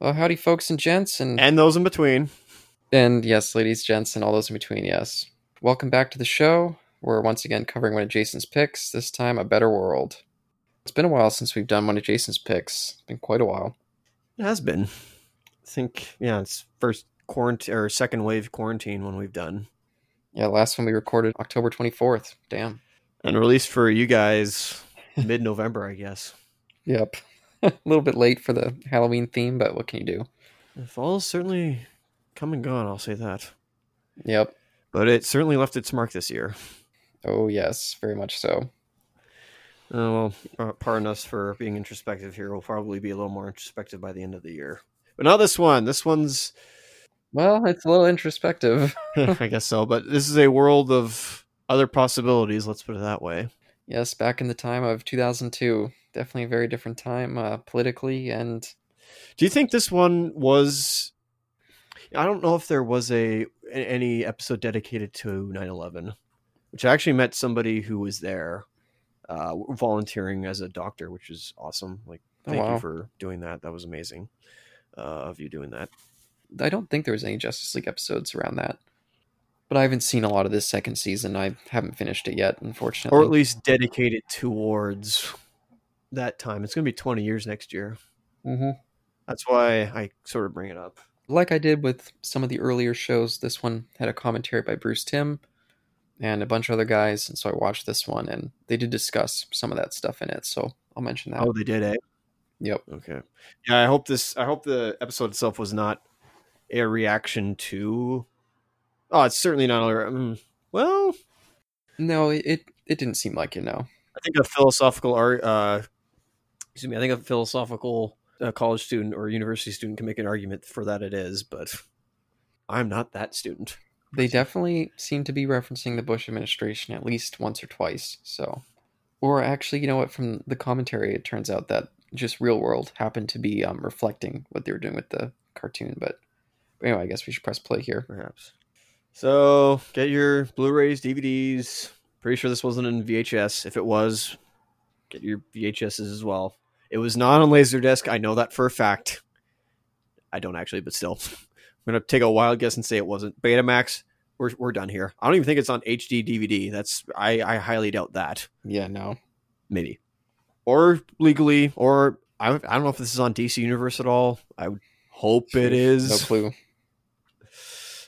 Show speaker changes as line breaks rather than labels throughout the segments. Well, howdy, folks and gents, and, and
and those in between.
yes, ladies, gents, and all those in between. Yes, welcome back to the show. We're once again covering one of Jason's picks. This time, a better world. It's been a while since we've done one of Jason's picks. It's been quite a while.
It has been. I think yeah, it's first quarantine or second wave quarantine when we've done
Yeah, last one we recorded October twenty fourth. Damn.
and released for you guys mid November, I guess.
Yep. a little bit late for the Halloween theme, but what can you do?
The fall's certainly come and gone. I'll say that,
Yep.
but it certainly left its mark this year.
Oh yes, very much so.
Uh, well, uh, pardon us for being introspective here. We'll probably be a little more introspective by the end of the year, but not this one. This one's
Well, it's a little introspective.
I guess so, but this is a world of other possibilities. Let's put it that way.
Yes, back in the time of 2002. Definitely a very different time uh, politically and oh,
Do you think this one was? I don't know if there was a a- any episode dedicated to 9/11, which I actually met somebody who was there, uh, volunteering as a doctor, which is awesome. Like,
Oh,
thank
wow.
you for doing that. That was amazing uh, of you doing that.
I don't think there was any Justice League episodes around that. But I haven't seen a lot of this second season. I haven't finished it yet, unfortunately.
or at least dedicated towards that time. It's going to be 20 years next year.
Mhm.
That's why I sort of bring it up.
Like I did with some of the earlier shows, this one had a commentary by Bruce Tim and a bunch of other guys. And so I watched this one and they did discuss some of that stuff in it. So I'll mention that.
Oh, they did, eh?
Yep.
Okay. Yeah, I hope this. I hope the episode itself was not a reaction to. Oh, it's certainly not. A, mm, well,
No, it, it, it didn't seem like it, no.
I think a philosophical art. Uh, excuse me. I think a philosophical uh, college student or university student can make an argument for that. It is, but I'm not that student.
They definitely seem to be referencing the Bush administration at least once or twice. So, or actually, you know what? From the commentary, it turns out that just real world happened to be um, reflecting what they were doing with the cartoon. But, but anyway, I guess we should press play here.
perhaps. So get your Blu-rays, DVDs. Pretty sure this wasn't in VHS. If it was, get your VHSs as well. It was not on Laserdisc. I know that for a fact. I don't actually, but still, I'm gonna take a wild guess and say it wasn't Betamax. We're we're done here. I don't even think it's on HD DVD. That's I I highly doubt that.
Yeah, no,
Maybe, or legally, or I I don't know if this is on DC Universe at all. I would hope it is.
no clue.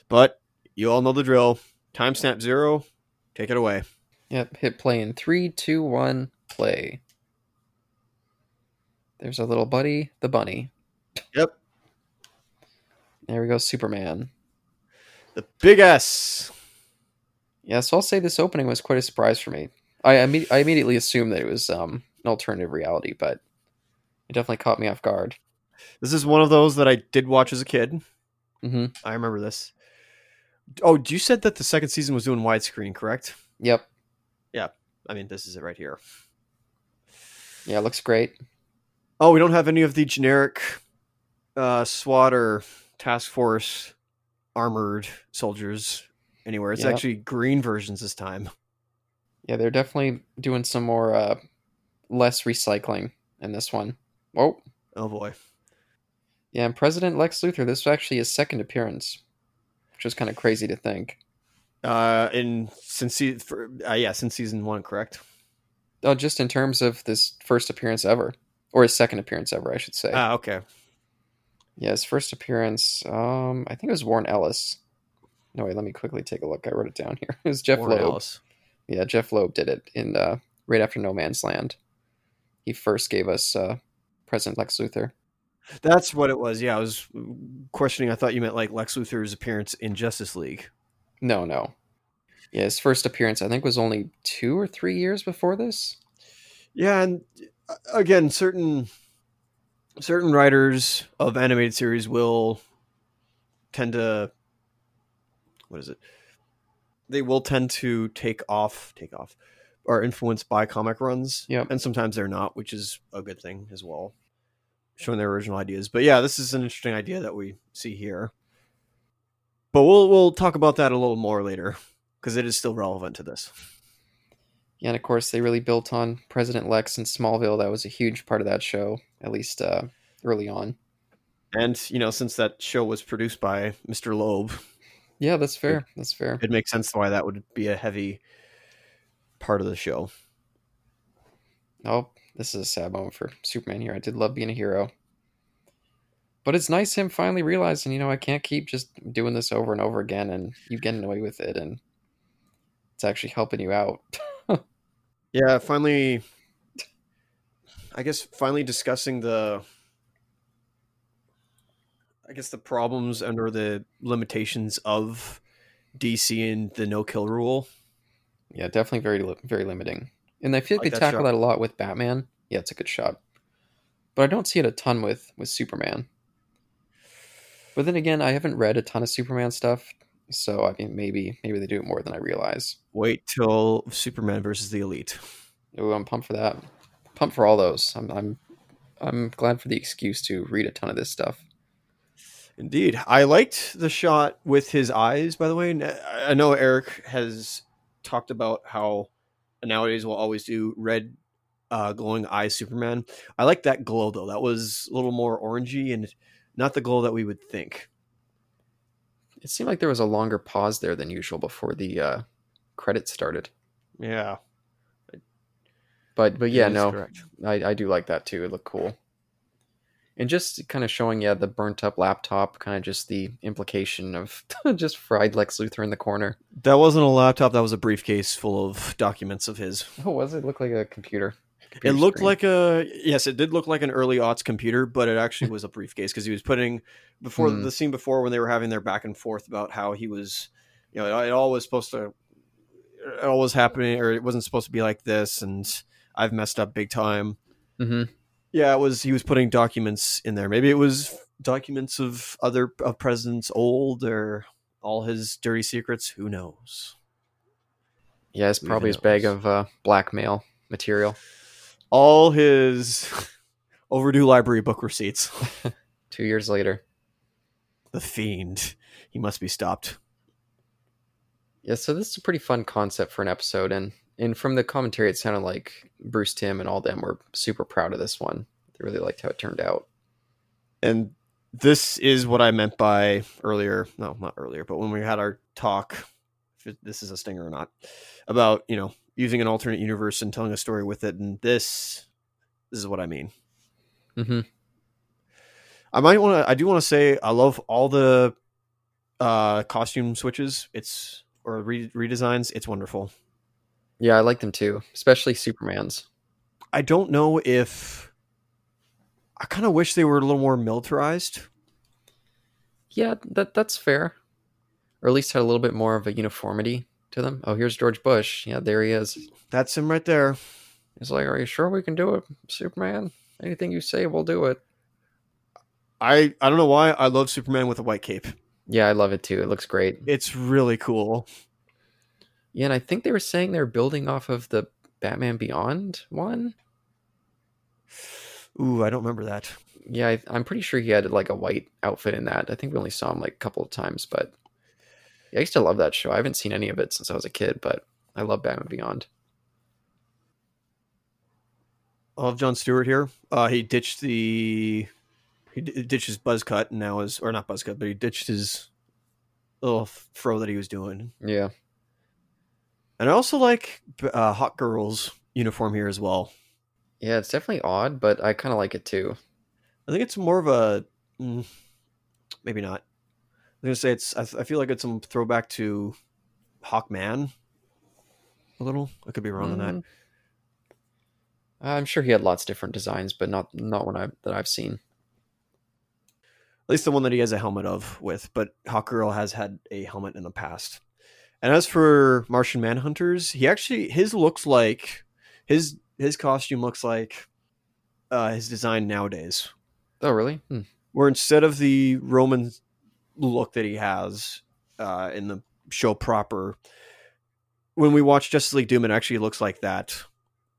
But you all know the drill. Time snap zero. Take it away.
Yep, hit play in three, two, one, play. There's our little buddy, the bunny.
Yep.
There we go, Superman.
The big S.
Yeah, so I'll say this opening was quite a surprise for me. I imme- I immediately assumed that it was um, an alternative reality, but it definitely caught me off guard.
This is one of those that I did watch as a kid.
hmm
I remember this. Oh, you said that the second season was doing widescreen, correct?
Yep.
I mean, this is it right here.
Yeah, it looks great.
Oh, we don't have any of the generic uh, SWAT or task force armored soldiers anywhere. It's
Yep.
actually green versions this time.
Yeah, they're definitely doing some more uh, less recycling in this one. Oh,
Oh boy.
yeah, and President Lex Luthor. This was actually his second appearance, which was kind of crazy to think.
Uh, in since se- for, uh, yeah, since season one, correct?
Oh, just in terms of this first appearance ever, or his second appearance ever, I should say.
Ah, okay.
Yeah, his first appearance, um, I think it was Warren Ellis. No, wait, let me quickly take a look. I wrote it down here. It was Jeff
Warren
Loeb.
Ellis.
Yeah, Jeff Loeb did it in uh, right after No Man's Land. He first gave us uh, President Lex Luthor.
That's what it was. Yeah, I was mm, questioning. I thought you meant like Lex Luthor's appearance in Justice League.
No, no. Yeah, his first appearance, I think, was only two or three years before this.
Yeah, and uh, again, certain certain writers of animated series will tend to what is it? They will tend to take off, take off, are influenced by comic runs.
Yep.
and sometimes they're not, which is a good thing as well, showing their original ideas. But yeah, this is an interesting idea that we see here. But we'll we'll talk about that a little more later because it is still relevant to this.
Yeah, and of course, they really built on President Lex in Smallville. That was a huge part of that show, at least uh, early on.
And you know, since that show was produced by Mr. Loeb,
Yeah, that's fair. That's fair.
it makes sense why that would be a heavy part of the show.
Oh, this is a sad moment for Superman here. I did love being a hero. But it's nice him finally realizing, you know, I can't keep just doing this over and over again and you getting away with it and it's actually helping you out.
Yeah, finally I guess finally discussing the I guess the problems and or the limitations of DC and the no kill rule.
Yeah, definitely very li- very limiting. And I feel like,
Like
they
that
tackle
shot.
that a lot with Batman. Yeah, it's a good shot. But I don't see it a ton with with Superman. But then again, I haven't read a ton of Superman stuff, so I mean maybe maybe they do it more than I realize.
Wait till Superman versus the Elite.
Ooh, I'm pumped for that. Pumped for all those. I'm I'm I'm glad for the excuse to read a ton of this stuff.
Indeed. I liked the shot with his eyes, by the way. And I I know Eric has talked about how nowadays we'll always do red uh, glowing eye Superman. I like that glow, though. That was a little more orangey and not the glow that we would think.
It seemed like there was a longer pause there than usual before the uh, credits started.
Yeah.
But but yeah,
that is
no,
correct.
I, I do like that too. It looked cool. And just kind of showing, yeah, the burnt up laptop, kind of just the implication of just fried Lex Luthor in the corner.
That wasn't a laptop. That was a briefcase full of documents of his.
Oh, was it? Looked like a computer.
It
Computer
looked
screen.
like a yes, it did look like an early aughts computer, but it actually was a briefcase because he was putting before
Hmm.
the scene before when they were having their back and forth about how he was, you know, it, it all was supposed to, it all was happening or it wasn't supposed to be like this, and I've messed up big time.
Mhm.
Yeah, it was. He was putting documents in there. Maybe it was documents of other of presidents old or all his dirty secrets. Who knows?
Yeah, it's
Who
probably his
knows?
bag of uh, blackmail material.
All his overdue library book receipts.
Two years later.
the fiend. He must be stopped.
Yeah, so this is a pretty fun concept for an episode, and and from the commentary, it sounded like Bruce Tim and all them were super proud of this one. They really liked how it turned out.
And this is what I meant by earlier. No, not earlier, but when we had our talk, if it- this is a stinger or not, about, you know, using an alternate universe and telling a story with it. And this, this is what I mean.
Mm-hmm.
I might want to, I do want to say I love all the uh costume switches. It's, or re- redesigns. It's wonderful.
Yeah, I like them too, especially Superman's.
I don't know if, I kind of wish they were a little more militarized.
Yeah, that that's fair. Or at least had a little bit more of a uniformity to them. Oh, here's George Bush. Yeah, there he is.
That's him right there.
He's like, Are you sure we can do it, Superman? Anything you say, we'll do it.
I I don't know why I love Superman with a white cape.
Yeah, I love it too. It looks great.
It's really cool.
Yeah, and I think they were saying they're building off of the Batman Beyond one.
Ooh, I don't remember that.
Yeah, I, I'm pretty sure he had like a white outfit in that. I think we only saw him like a couple of times, but yeah, I used to love that show. I haven't seen any of it since I was a kid, but I love Batman Beyond.
I love John Stewart here. Uh, he ditched the he d- ditched his buzz cut and now is or not buzz cut, but he ditched his little f- fro that he was doing.
Yeah,
And I also like uh, Hot Girl's uniform here as well.
yeah, it's definitely odd, but I kind of like it too.
I think it's more of a mm, maybe not. I'm gonna say it's. I, I feel like it's some throwback to Hawkman. A little. I could be wrong on that.
Mm. I'm sure he had lots of different designs, but not not one I that I've seen.
At least the one that he has a helmet of with, but Hawkgirl has had a helmet in the past. And as for Martian Manhunters, he actually his looks like his his costume looks like uh, his design nowadays,
Oh, really? Hmm.
where instead of the Roman look that he has uh, in the show proper, when we watch Justice League Doom, it actually looks like that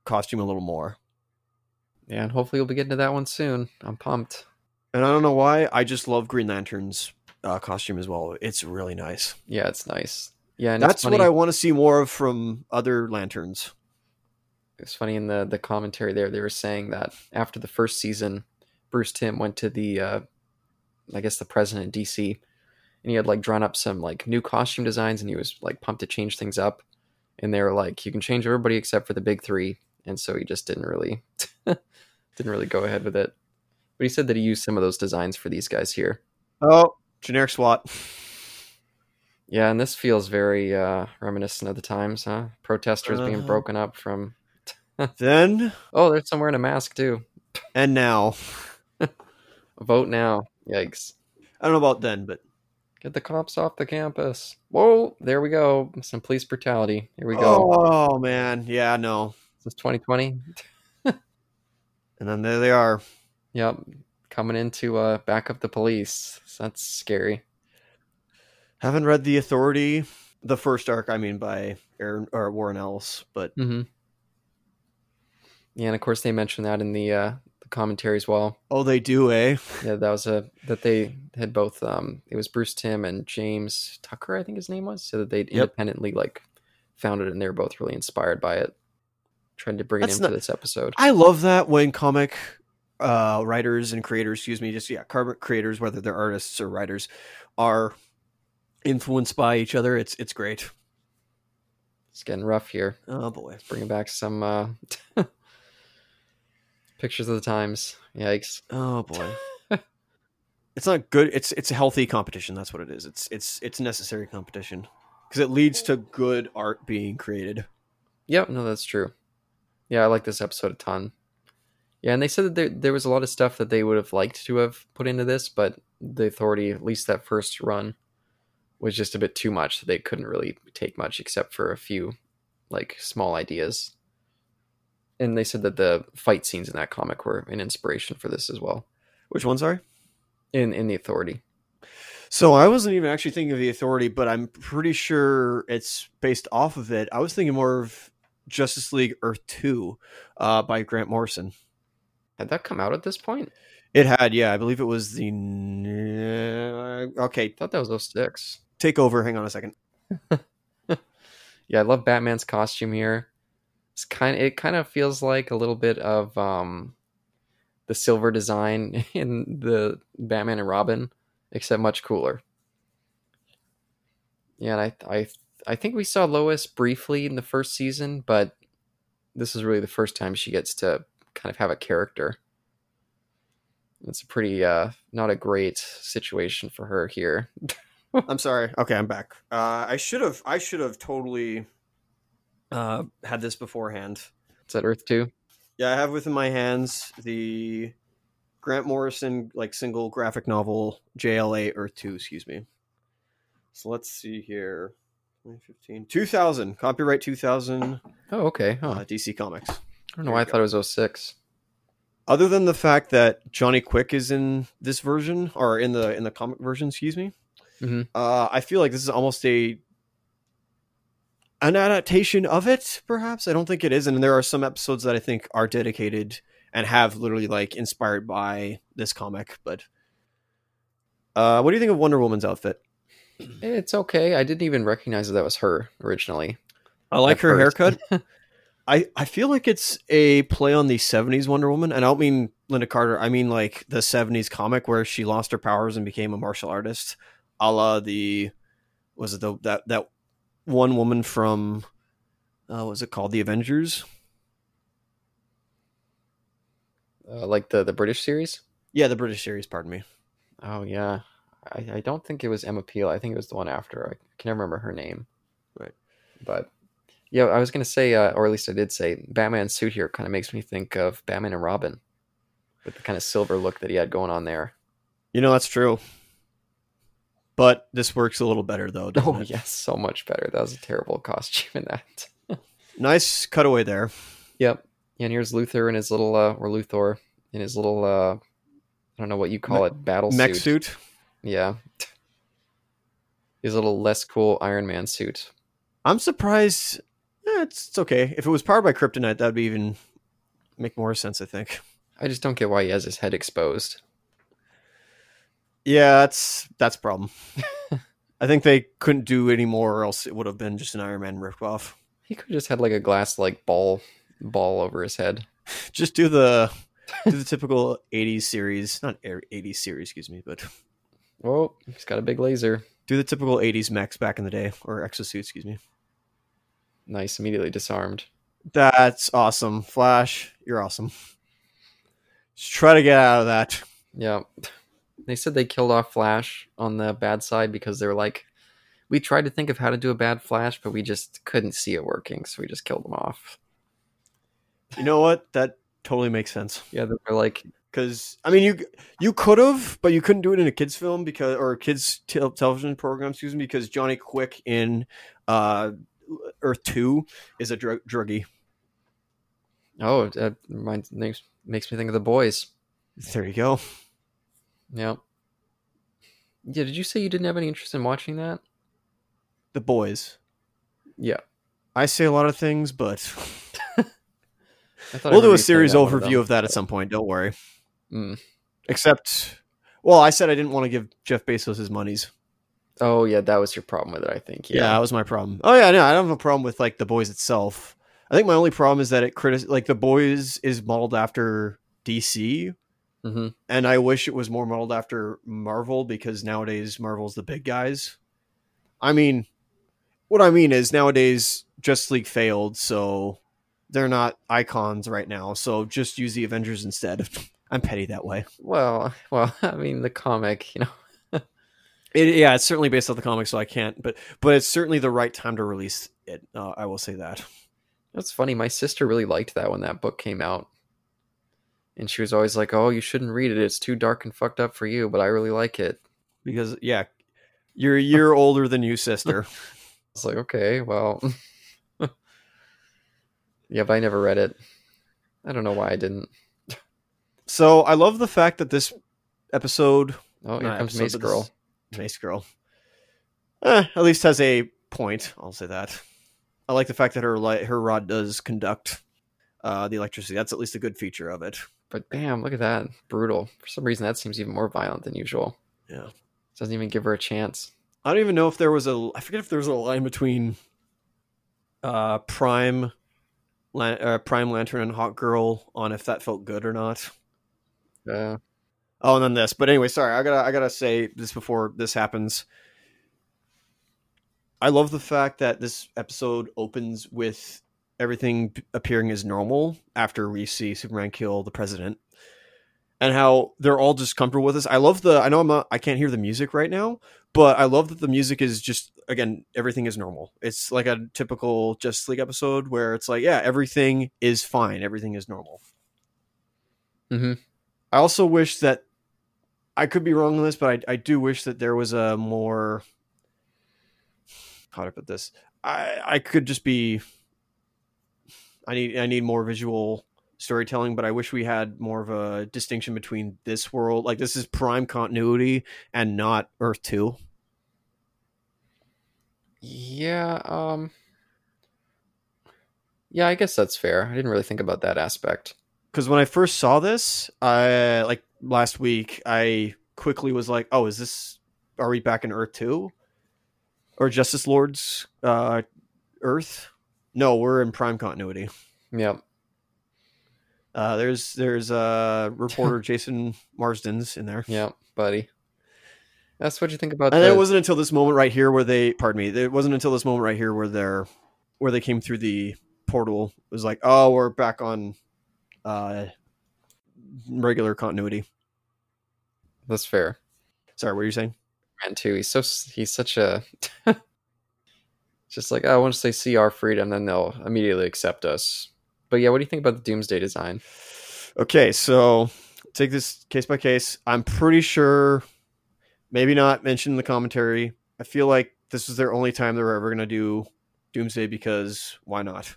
costume a little more.
Yeah, and hopefully we'll be getting to that one soon. I'm pumped.
And I don't know why, I just love Green Lantern's uh, costume as well. It's really nice.
Yeah, it's nice. Yeah, and it's
That's
funny.
what I want to see more of from other lanterns.
It's funny in the the commentary there. They were saying that after the first season, Bruce Tim went to the uh, I guess the president in DC, and he had like drawn up some like new costume designs, and he was like pumped to change things up. And they were like, you can change everybody except for the big three, and so he just didn't really didn't really go ahead with it. But he said that he used some of those designs for these guys here.
Oh, generic SWAT.
Yeah, and this feels very uh, reminiscent of the times, huh? Protesters being
Uh-huh.
broken up from.
then
Oh, there's someone wearing a mask too.
and now.
Vote now! Yikes.
I don't know about then, but
Get the cops off the campus. Whoa, there we go. Some police brutality. Here we go.
Oh man, yeah, no.
This is 2020.
And then there they are.
Yep. Coming into uh, back of the police. So that's scary.
Haven't read the Authority, the first arc. I mean, by Aaron or Warren Ellis, but
Mm-hmm. Yeah, and of course they mentioned that in the uh, the commentary as well.
oh, they do, eh?
Yeah, that was a that they had both. Um, it was Bruce Tim and James Tucker, I think his name was. So that they independently like founded, it and they were both really inspired by it. Trying to bring
That's
it into
not-
this episode.
I love that when comic uh, writers and creators, excuse me, just yeah, comic creators, whether they're artists or writers, are influenced by each other. It's it's great.
It's getting rough here.
Oh boy.
Bringing back some uh, pictures of the times. Yikes!
Oh boy. it's not good. It's it's a healthy competition. That's what it is. It's it's it's necessary competition because it leads to good art being created.
Yep, no, that's true. Yeah, I like this episode a ton. Yeah, and they said that there there was a lot of stuff that they would have liked to have put into this, but the authority, at least that first run, was just a bit too much. They couldn't really take much except for a few like small ideas. And they said that the fight scenes in that comic were an inspiration for this as well.
Which ones are?
In in the authority.
So I wasn't even actually thinking of the authority, but I'm pretty sure it's based off of it. I was thinking more of Justice League Earth Two uh, by Grant Morrison.
Had that come out at this point?
It had, yeah, I believe it was the n- okay
I thought that was 06.
take over. Hang on a second.
yeah i love batman's costume here it's kind it kind of feels like a little bit of um the silver design in the batman and robin except much cooler yeah and i i i think we saw lois briefly in the first season but this is really the first time she gets to kind of have a character it's a pretty uh not a great situation for her here
I'm sorry. Okay, I'm back. Uh, I should have I should have totally uh, had this beforehand.
it's at earth 2
Yeah, I have within my hands the Grant Morrison like single graphic novel JLA Earth 2, excuse me. So let's see here. 2015 2000 copyright 2000
oh okay huh.
uh,
i
DC Comics.
don't know why i thought it was 06
Other than the fact that Johnny Quick is in this version or in the in the comic version, excuse me.
Mhm.
Uh, I feel like this is almost a an adaptation of it, perhaps. I don't think it is, and there are some episodes that I think are dedicated and have literally like inspired by this comic. But uh, what do you think of Wonder Woman's outfit?
It's okay. I didn't even recognize that that was her originally.
I like
At
her
first.
haircut. I, I feel like it's a play on the 70s Wonder Woman. And I don't mean Linda Carter. I mean like the 70s comic where she lost her powers and became a martial artist. A la the, was it the, that, that one woman from, uh, what was it called? The Avengers?
Uh, like the the British series.
Yeah, the British series, pardon me.
Oh yeah, I, I don't think it was Emma Peel. I think it was the one after. I can never remember her name.
Right.
But yeah, I was gonna say, uh, or at least I did say, Batman's suit here kind of makes me think of Batman and Robin, with the kind of silver look that he had going on there.
You know, that's true. But this works a little better though. doesn't
Oh
it?
yes, so much better. That was a terrible costume in that.
Nice cutaway there.
Yep. And here's Luthor in his little, uh, or Luthor in his little, uh, I don't know what you call it, battle
Mech suit.
Yeah. His little less cool Iron Man suit.
I'm surprised. eh, it's, it's okay. If it was powered by kryptonite, that'd be even make more sense. I think.
I just don't get why he has his head exposed.
Yeah, that's that's a problem. I think they couldn't do any more, or else it would have been just an Iron Man ripoff.
He could have just had like a glass like ball ball over his head.
Just do the do the typical '80s series, not air- '80s series, excuse me, but
Oh, he's got a big laser.
Do the typical 80s mechs back in the day, or exosuit, excuse me.
Nice, immediately disarmed.
That's awesome. Flash, you're awesome. Just try to get out of that.
Yeah. They said they killed off Flash on the bad side because they were like, we tried to think of how to do a bad Flash, but we just couldn't see it working, so we just killed him off.
You know what? That totally makes sense.
Yeah, they were like,
Because I mean, you you could have, but you couldn't do it in a kids film because or a kids tel- television program, excuse me, because Johnny Quick in uh, Earth Two is a drug druggie.
oh, that reminds, makes, makes me think of the boys.
There you go.
Yeah. Yeah, did you say you didn't have any interest in watching that?
The boys.
Yeah.
I say a lot of things, but
I thought I
we'll
remembered
do
you
a
saying
series
that one of
overview
them.
of that at some point. Don't worry.
Mm.
Except, well, I said I didn't want to give Jeff Bezos his monies.
Oh, yeah, that was your problem with it, I think.
Yeah.
Yeah.
that was my problem. Oh yeah, no, I don't have a problem with like the boys itself. I think my only problem is that it critic like the boys is modeled after DC,
hmm
and I wish it was more modeled after Marvel because nowadays Marvel's the big guys. I mean, what I mean is nowadays Justice League failed, so they're not icons right now. So just use the Avengers instead. I'm petty that way.
Well, well, I mean, the comic, you know.
It, yeah, it's certainly based off the comic, so I can't. But but it's certainly the right time to release it. Uh, I will say that.
That's funny. My sister really liked that when that book came out. And she was always like, "Oh, you shouldn't read it. It's too dark and fucked up for you." But I really like it. I
because yeah you're a year older than you sister
was like, "Okay, well." yeah, but I never read it. I don't know why I didn't.
so i love the fact that this episode
Oh, here
not
comes
episode,
Mace
but this-
Girl.
mace girl eh, at least has a point i'll say that i like the fact that her light her rod does conduct uh, the electricity that's at least a good feature of it
But bam, look at that. Brutal. For some reason, that seems even more violent than usual.
Yeah.
Doesn't even give her a chance.
i don't even know if there was a i forget if there was a line between uh prime Lan- uh, prime lantern and hot girl on if that felt good or not
Uh,
Oh, and then this. But anyway, sorry. I gotta I gotta say this before this happens. I love the fact that this episode opens with everything p- appearing as normal after we see Superman kill the president, and how they're all just comfortable with this. I love the. I know I'm not. I can't hear the music right now, but I love that the music is just again everything is normal. It's like a typical Justice League episode where it's like, yeah, everything is fine. Everything is normal.
Mhm.
I also wish that I could be wrong on this, but I, I do wish that there was a more how to put this. I I could just be. I need I need more visual storytelling, but I wish we had more of a distinction between this world, like this is prime continuity, and not Earth Two.
Yeah, um Yeah, I guess that's fair. I didn't really think about that aspect.
because when I first saw this, I like last week, I quickly was like, "Oh, is this? Are we back in Earth two, or Justice Lords uh, Earth? No, we're in Prime continuity.
Yep.
Uh, there's there's uh, reporter Jason Marsden's in there,
Yep, buddy. That's what you think about
and
the,
it wasn't until this moment right here where they, pardon me, it wasn't until this moment right here where they're where they came through the portal it was like, "Oh, we're back on uh, regular continuity."
that's fair.
Sorry, what are you saying?
Man too. He's so he's such a just like, oh, once they see our freedom, then they'll immediately accept us. But yeah, what do you think about the doomsday design?
Okay, so take this case by case. I'm pretty sure, maybe not mentioned in the commentary. I feel like this is their only time they're ever going to do Doomsday because why not?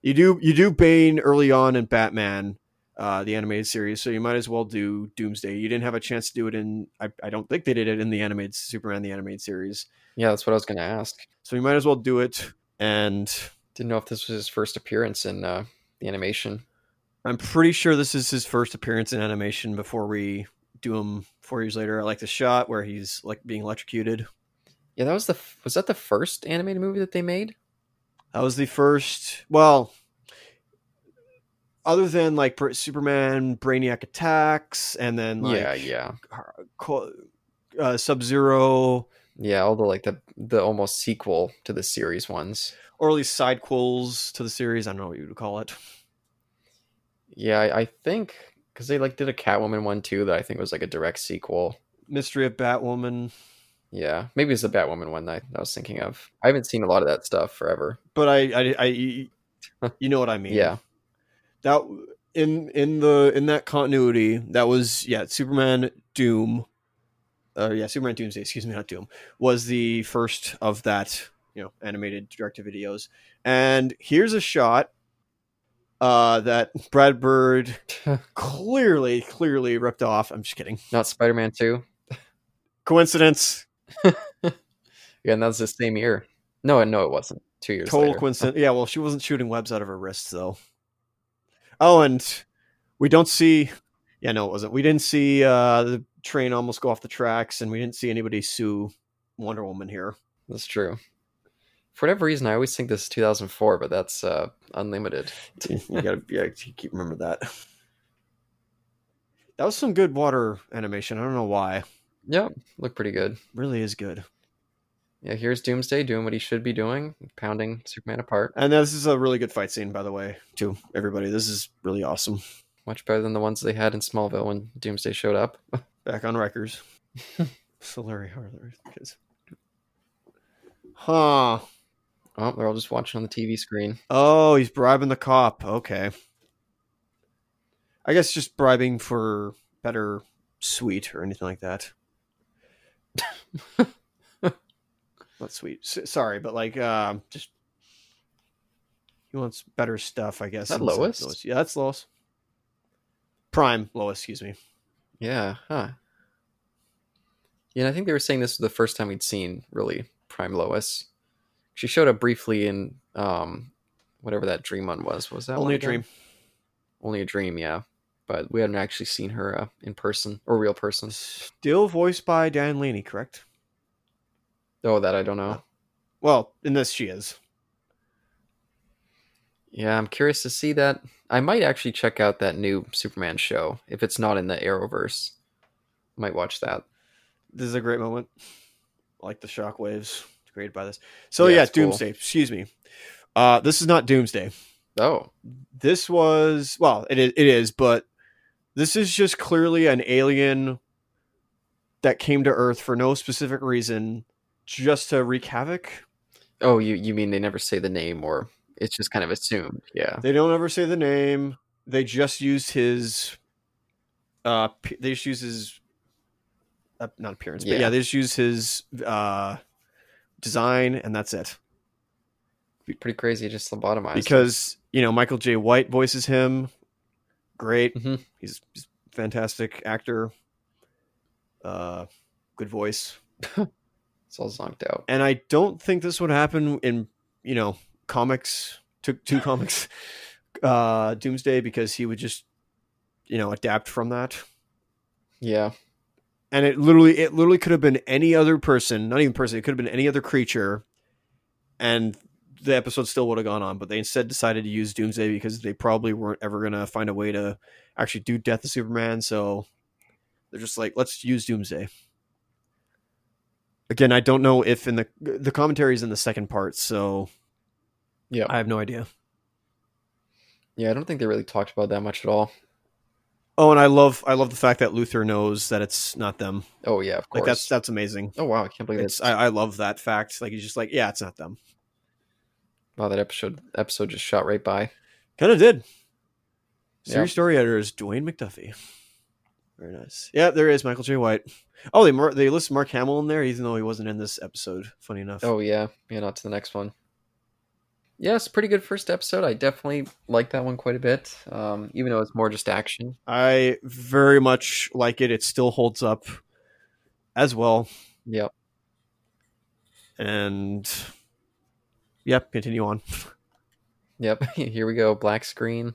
You do you do Bane early on in Batman, uh, the animated series, so you might as well do Doomsday. You didn't have a chance to do it in. I, I don't think they did it in the animated Superman the animated series,
Yeah, that's what I was gonna ask.
so you might as well do it. And
Didn't know if this was his first appearance in uh, the animation.
I'm pretty sure this is his first appearance in animation before we do him four years later. I like the shot where he's like being electrocuted.
Yeah, that was the f- was that the first animated movie that they made?
That was the first. Well, other than like Br- Superman, Brainiac attacks, and then like
yeah, yeah.
Co- uh, Sub Zero,
Yeah, all the like the the almost sequel to the series ones.
or at least sidequels to the series. I don't know what you would call it.
Yeah, I, I think because they like did a Catwoman one too that I think was like a direct sequel.
Mystery of Batwoman.
Yeah, maybe it's the Batwoman one that I, I was thinking of. I haven't seen a lot of that stuff forever.
but I, I, I, you know what I mean.
Yeah.
That in in the in that continuity, that was yeah, Superman Doom, uh, yeah, Superman Doomsday. Excuse me, not Doom. Was the first of that you know animated direct to videos, and here's a shot. Uh, that Brad Bird clearly, clearly ripped off. I'm just kidding.
Not Spider Man two.
Coincidence.
Yeah, and that was the same year. No, no, it wasn't. Two years
Total
later.
coincidence. Yeah, well, she wasn't shooting webs out of her wrists though. Oh, and we don't see. Yeah, no, it wasn't. We didn't see uh, the train almost go off the tracks, and we didn't see anybody sue Wonder Woman here.
That's true. For whatever reason, I always think this is 2004, but that's uh, unlimited.
you gotta yeah, keep remember that. That was some good water animation. I don't know why.
Yep, look pretty good.
Really is good.
Yeah, here's Doomsday doing what he should be doing, pounding Superman apart.
And this is a really good fight scene, by the way, to everybody. This is really awesome.
Much better than the ones they had in Smallville when Doomsday showed up.
Back on Wreckers. so Larry Harler is. Huh.
Oh, they're all just watching on the TV screen.
Oh, he's bribing the cop. Okay. I guess just bribing for better sweet or anything like that. Not sweet. S- sorry, but like um just he wants better stuff, I guess.
that
and so-
Lois?
Yeah, that's Lois. Prime Lois, excuse me.
Yeah, huh. Yeah, and I think they were saying this was the first time we'd seen really Prime Lois. She showed up briefly in um, whatever that dream one was. What Was that one
Only a
again?
dream.
Only a dream, yeah. But we hadn't actually seen her uh, in person or real person.
Still voiced by Dan Laney, correct?
Oh, that I don't know.
Well, in this she is.
Yeah, I'm curious to see that. I might actually check out that new Superman show if it's not in the Arrowverse. Might watch that.
This is a great moment. I like the shockwaves created by this. So
Yeah,
yeah,
it's cool.
Doomsday. Excuse me. Uh, this is not Doomsday.
Oh,
This was well, it is, it is, but this is just clearly an alien that came to Earth for no specific reason, just to wreak havoc.
oh, you you mean they never say the name or it's just kind of assumed? Yeah.
They don't ever say the name. They just used his. Uh, p- they just use his. Uh, not appearance, but
Yeah.
yeah, they just use his uh, design, and that's it.
pretty crazy just lobotomized
because you know Michael J. White voices him. Great,
Mhm.
he's, he's a fantastic actor. Uh, good voice,
it's all zonked out
and I don't think this would happen in you know comics. Took two comics, uh, Doomsday, because he would just you know adapt from that.
yeah
and it literally it literally could have been any other person not even person it could have been any other creature and the episode still would have gone on but they instead decided to use doomsday because they probably weren't ever going to find a way to actually do death of superman so they're just like let's use doomsday again i don't know if in the the commentary is in the second part so
yeah
i have no idea
yeah i don't think they really talked about that much at all
oh and i love i love the fact that luther knows that it's not them
oh yeah of course
like that's that's amazing
oh wow i can't believe
it's
that's
I, I love that fact like he's just like yeah it's not them
wow that episode episode just shot right by
Kind of did.
Yeah.
Series story editor is Dwayne McDuffie. Very nice. Yeah, there is Michael J. White. Oh, they mar- they list Mark Hamill in there, even though he wasn't in this episode. Funny enough.
oh yeah yeah not to the next one yeah it's a pretty good first episode i definitely like that one quite a bit um even though it's more just action
I very much like it. It still holds up as well.
yeah
And yep, continue on.
yep here we go black screen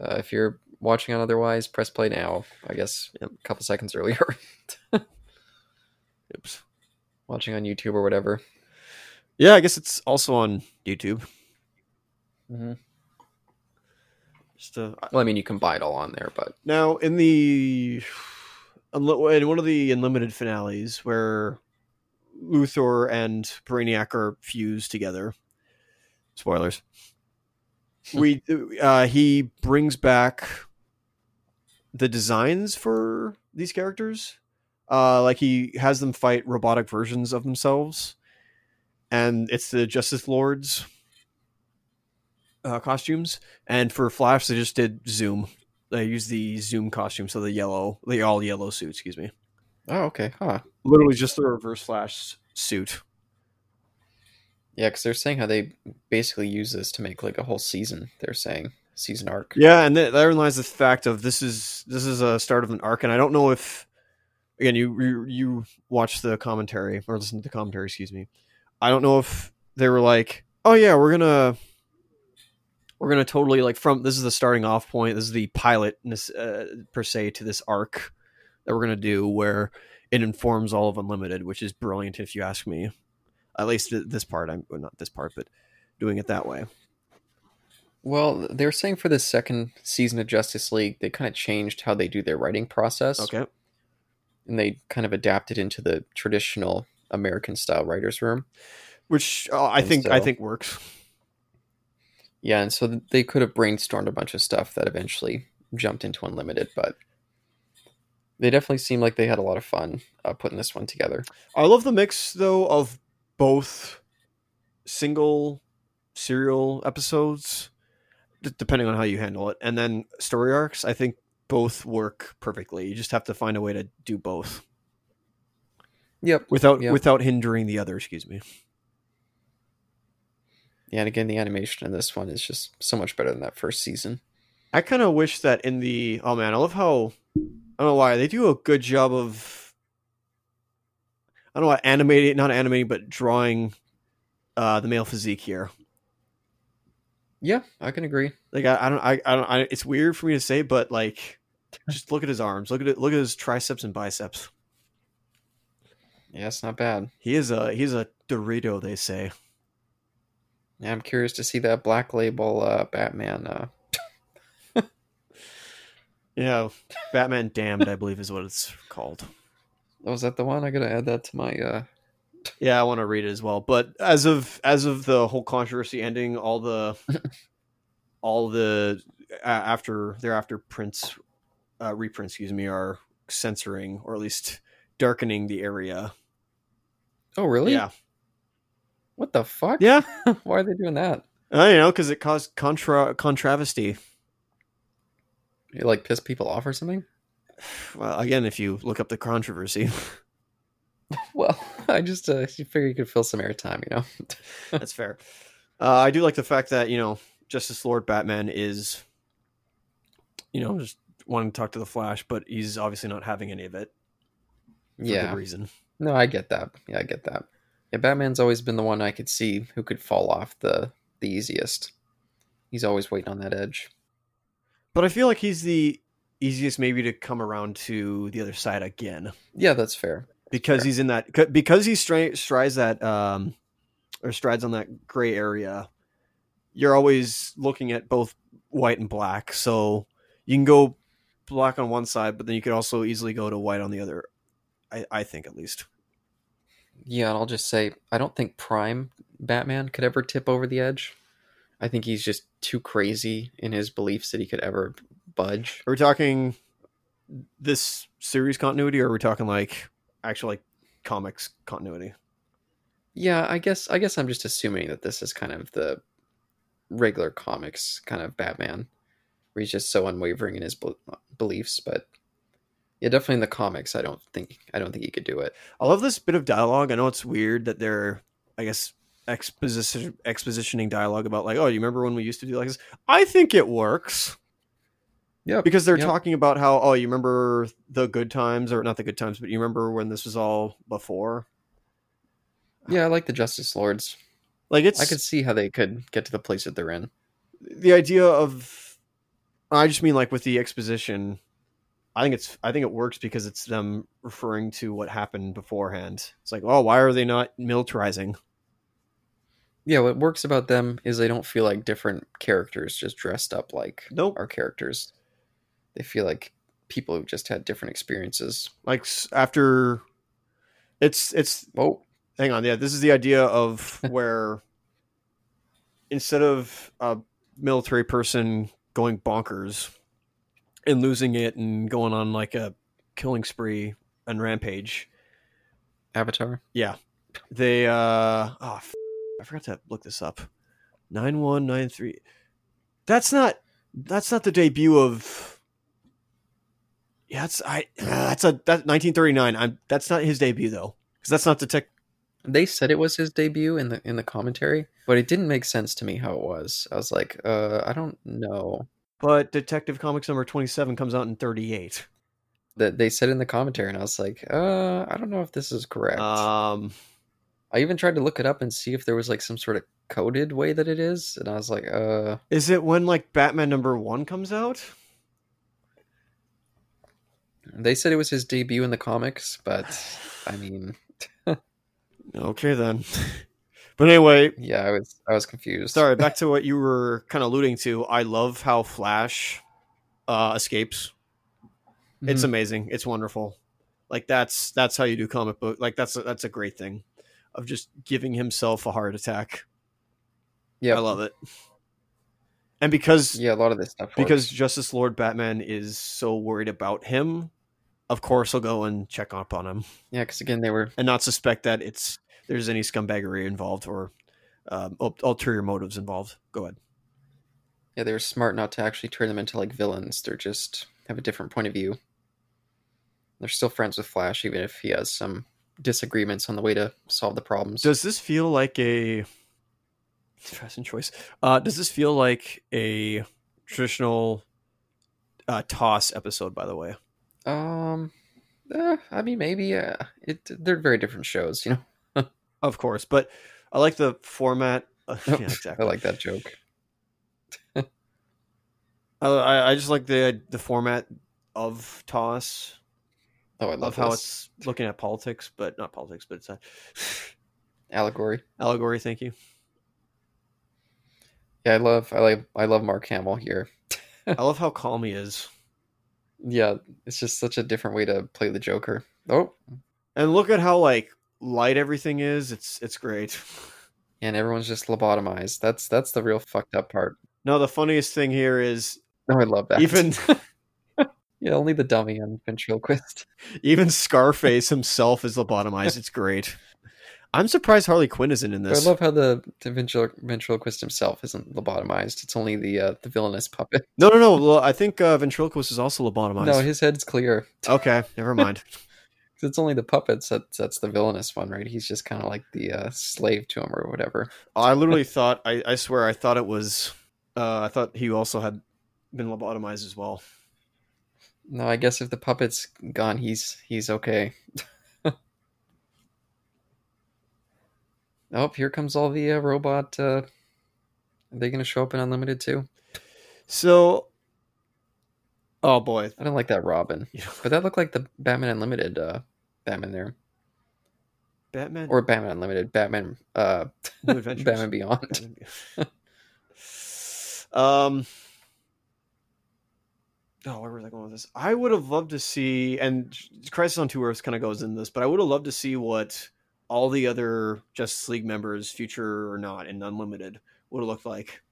uh, if you're watching on otherwise press play now i guess a couple seconds earlier
Oops.
watching on youtube or whatever
Yeah, I guess it's also on YouTube. Just uh,
Mm-hmm. well i mean you can buy it all on there but
now in the unli- in one of the unlimited finales where Luthor and Brainiac are fused together. Spoilers. we uh, he brings back the designs for these characters. Uh, like he has them fight robotic versions of themselves, and it's the Justice Lords uh, costumes. And for Flash, they just did Zoom. They used the Zoom costume, so the yellow, the all yellow suit. Excuse me.
Oh, okay. Huh.
Literally just the Reverse Flash suit.
Yeah, because they're saying how they basically use this to make like a whole season. They're saying season arc.
Yeah, and th- therein lies the fact of this is this is a start of an arc, and I don't know if again you you, you watch the commentary or listen to the commentary, excuse me. I don't know if they were like, oh yeah, we're gonna we're gonna totally like from this is the starting off point. This is the pilot uh, per se to this arc that we're gonna do where it informs all of Unlimited, which is brilliant if you ask me. At least th- this part, I'm well, not this part, but doing it that way.
Well, they're saying for the second season of Justice League, they kind of changed how they do their writing process,
Okay.
and they kind of adapted into the traditional American style writers' room.
Which uh, I
And
think I
so-
think works.
Yeah, and so th- they could have brainstormed a bunch of stuff that eventually jumped into Unlimited, but they definitely seemed like they had a lot of fun uh, putting this one together.
I love the mix though of both single serial episodes, d- depending on how you handle it, and then story arcs. I think both work perfectly. You just have to find a way to do both
Yep.
without
Yeah.
without hindering the other. Excuse me.
Yeah, and again, the animation in this one is just so much better than that first season.
I kind of wish that in the oh man, I love how I don't know why they do a good job of I don't know why animating not animating but drawing uh, the male physique here.
Yeah, I can agree.
Like I, I don't I, I don't I, it's weird for me to say, but like just look at his arms, look at it, look at his triceps and biceps.
Yeah, it's not bad.
He is a he's a Dorito, they say.
Yeah, I'm curious to see that Black Label uh, Batman. Uh,
Yeah, Batman Damned, I believe, is what it's called.
was oh, that the one? I gotta add that to my. Uh,
Yeah, I want to read it as well. But as of as of the whole controversy ending, all the all the a after thereafter prints uh, reprints, excuse me, are censoring or at least darkening the area.
oh, really?
Yeah,
What the fuck?
yeah.
Why are they doing that?
I you know because it caused contra contravesty.
You like piss people off or something?
Well, again, if you look up the controversy,
Well, I just uh, figure you could fill some airtime, you know?
that's fair. Uh, I do like the fact that you know Justice Lord Batman is, you know, just wanting to talk to the Flash, but he's obviously not having any of it for
yeah.
good reason.
No, I get that. Yeah, I get that. Yeah, Batman's always been the one I could see who could fall off the the easiest. He's always waiting on that edge.
But I feel like he's the easiest maybe to come around to the other side again
Yeah, that's fair.
because
Fair.
he's in that c- because he stri- strides that um or strides on that gray area. You're always looking at both white and black, so you can go black on one side, but then you could also easily go to white on the other. I, I think at least.
Yeah, and I'll just say I don't think Prime Batman could ever tip over the edge. I think he's just too crazy in his beliefs that he could ever budge.
Are we talking this series continuity, or are we talking like actual like comics continuity?
Yeah, I guess I guess I'm just assuming that this is kind of the regular comics kind of Batman, where he's just so unwavering in his bel beliefs. But yeah, definitely in the comics, I don't think I don't think he could do it.
I love this bit of dialogue. I know it's weird that they're, I guess, exposition expositioning dialogue about like, oh, you remember when we used to do like this? I think it works
Yeah,
because they're
Yeah.
talking about how, oh, you remember the good times or not the good times, but you remember when this was all before.
yeah, I like the Justice Lords.
Like it's
I could see how they could get to the place that they're in.
the idea of. I just mean like with the exposition. I think it's I think it works because it's them referring to what happened beforehand. It's like, oh, why are they not militarizing?
Yeah, what works about them is they don't feel like different characters just dressed up like
Nope.
our characters. They feel like people who just had different experiences.
Like s- after, it's it's
Oh,
hang on yeah this is the idea of where instead of a military person going bonkers and losing it and going on like a killing spree and rampage
Avatar.
they uh oh f- i forgot to look this up 9193 that's not that's not the debut of yeah that's i that's a that 1939 i'm that's not his debut though because that's not the tech
They said it was his debut in the in the commentary, but it didn't make sense to me how it was. I was like, uh, I don't know.
but Detective Comics number 27 comes out in 38.
That they said in the commentary, and I was like, uh, I don't know if this is correct.
Um,
I even tried to look it up and see if there was like some sort of coded way that it is, and I was like, uh,
is it when like Batman number 1 comes out?
they said it was his debut in the comics, but I mean,
Okay then. but anyway,
yeah, I was I was confused.
sorry, back to what you were kind of alluding to. I love how Flash uh escapes. It's
Mhm.
amazing. It's wonderful. Like that's that's how you do comic book. Like that's a, that's a great thing of just giving himself a heart attack.
yeah,
I love it. And because
yeah, a lot of this stuff works.
because Justice Lord Batman is so worried about him, of course he'll go and check up on him
yeah, because again, they were
and not suspect that it's there's any scumbaggery involved or um, ul- ulterior motives involved. Go ahead.
yeah they were smart not to actually turn them into like villains. They're just have a different point of view. They're still friends with Flash, even if he has some disagreements on the way to solve the problems.
Does this feel like a interesting choice? Uh, does this feel like a traditional uh, toss episode? By the way,
um, eh, I mean, maybe uh, it. They're very different shows, you know.
of course, but I like the format. yeah,
I
exactly.
like that joke.
I, I I just like the the format of toss
Oh, I
love
love,
how
this.
it's looking at politics, but not politics, but it's a
allegory.
allegory. Thank you.
Yeah, I love, I like, I love Mark Hamill here.
I love how calm he is.
Yeah, it's just such a different way to play the Joker. Oh,
And look at how like light everything is. It's it's great.
and everyone's just lobotomized. That's that's the real fucked up part.
No, the funniest thing here is
No, I love that.
even
yeah, only the dummy on ventriloquist.
even Scarface himself is lobotomized. It's great. I'm surprised Harley Quinn isn't in
I
this.
love how the, the ventrilo- ventriloquist himself isn't lobotomized. It's only the uh, the villainous puppet.
no, no, no. well, I think uh, ventriloquist is also lobotomized.
No, his head's clear.
okay, never mind.
It's only the puppets that that's the villainous one, right? He's just kind of like the uh, slave to him or whatever.
I literally thought. I, I swear, I thought it was. Uh, I thought he also had been lobotomized as well.
No, I guess if the puppet's gone, he's he's okay. oh, here comes all the uh, robot. Uh, are they going to show up in Unlimited too?
So, oh boy,
I don't like that Robin, but that looked like the Batman Unlimited uh, Batman there,
Batman
or Batman Unlimited, Batman, uh,
New Adventures.
Batman Beyond.
Batman Be- um. Oh, where was I going with this? I would have loved to see, and Crisis on Two Earths kind of goes in this, but I would have loved to see what all the other Justice League members, future or not, and Unlimited would have looked like.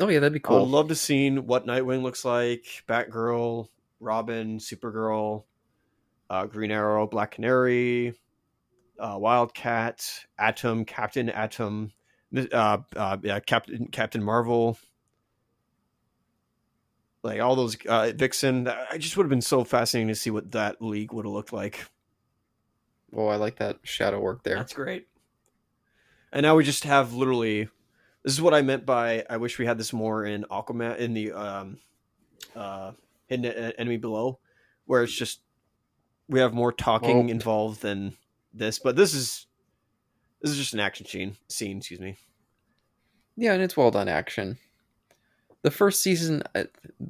Oh yeah, that'd be
I would
cool.
love to seen what Nightwing looks like, Batgirl, Robin, Supergirl, uh, Green Arrow, Black Canary, uh, Wildcat, Atom, Captain Atom, mi- uh, uh, yeah, Captain Captain Marvel, like all those uh, Vixen. I just would have been so fascinating to see what that league would have looked like.
oh, I like that shadow work there.
That's great. And now we just have literally. This is what I meant by I wish we had this more in Aquaman in the um, uh, hidden E- enemy below, where it's just we have more talking
Well-
involved than this. But this is this is just an action scene. Scene, excuse me.
Yeah, and it's well done action. The first season, uh,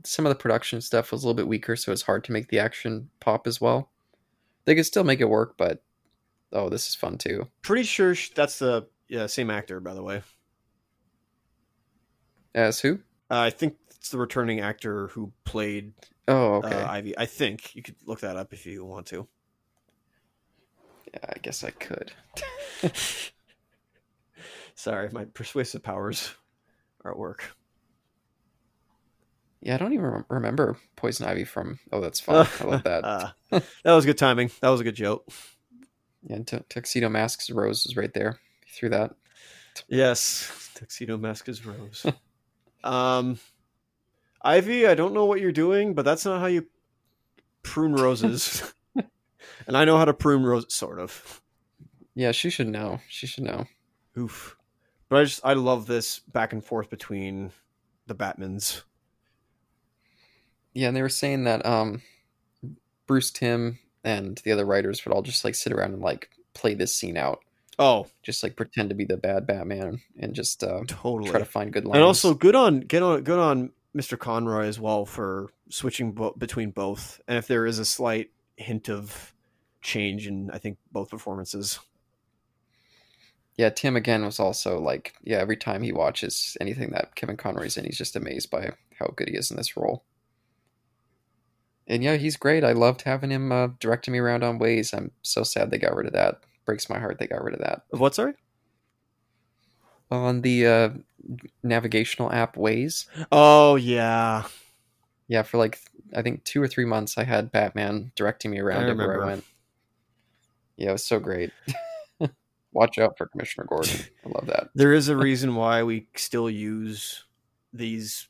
some of the production stuff was a little bit weaker, so it's hard to make the action pop as well. They could still make it work, but oh, this is fun too.
Pretty sure sh- that's the yeah, same actor, by the way.
As who?
Uh, I think it's the returning actor who played
Oh, okay.
uh, Ivy. I think you could look that up if you want to.
yeah, I guess I could.
Sorry, my persuasive powers are at work.
Yeah, I don't even rem- remember Poison Ivy from. Oh, that's fun. I love that.
Uh, that was good timing. That was a good joke.
Yeah, and Tu- Tuxedo Mask's Rose is right there. Through that.
Yes, tuxedo mask is rose. um, Ivy, I don't know what you're doing, but that's not how you prune roses. and I know how to prune roses, sort of.
Yeah, she should know. She should know.
Oof. But I just I love this back and forth between the Batmans.
Yeah, and they were saying that um, Bruce Tim and the other writers would all just like sit around and like play this scene out,
Oh,
just like pretend to be the bad Batman and just uh,
totally.
try to find good lines.
and also good on get on good on Mr. Conroy as well for switching bo- between both. And if there is a slight hint of change in I think both performances.
yeah, Tim again was also like, yeah, every time he watches anything that Kevin Conroy's in, he's just amazed by how good he is in this role. And yeah, he's great. I loved having him uh, directing me around on ways. I'm so sad they got rid of that. Breaks my heart they got rid of that.
What sorry?
On the uh, navigational app Waze,
Oh yeah,
yeah, for like I think two or three months, I had Batman directing me around
I
everywhere I
remember.
went. Yeah, it was so great. Watch out for Commissioner Gordon. I love that.
there is a reason why we still use these,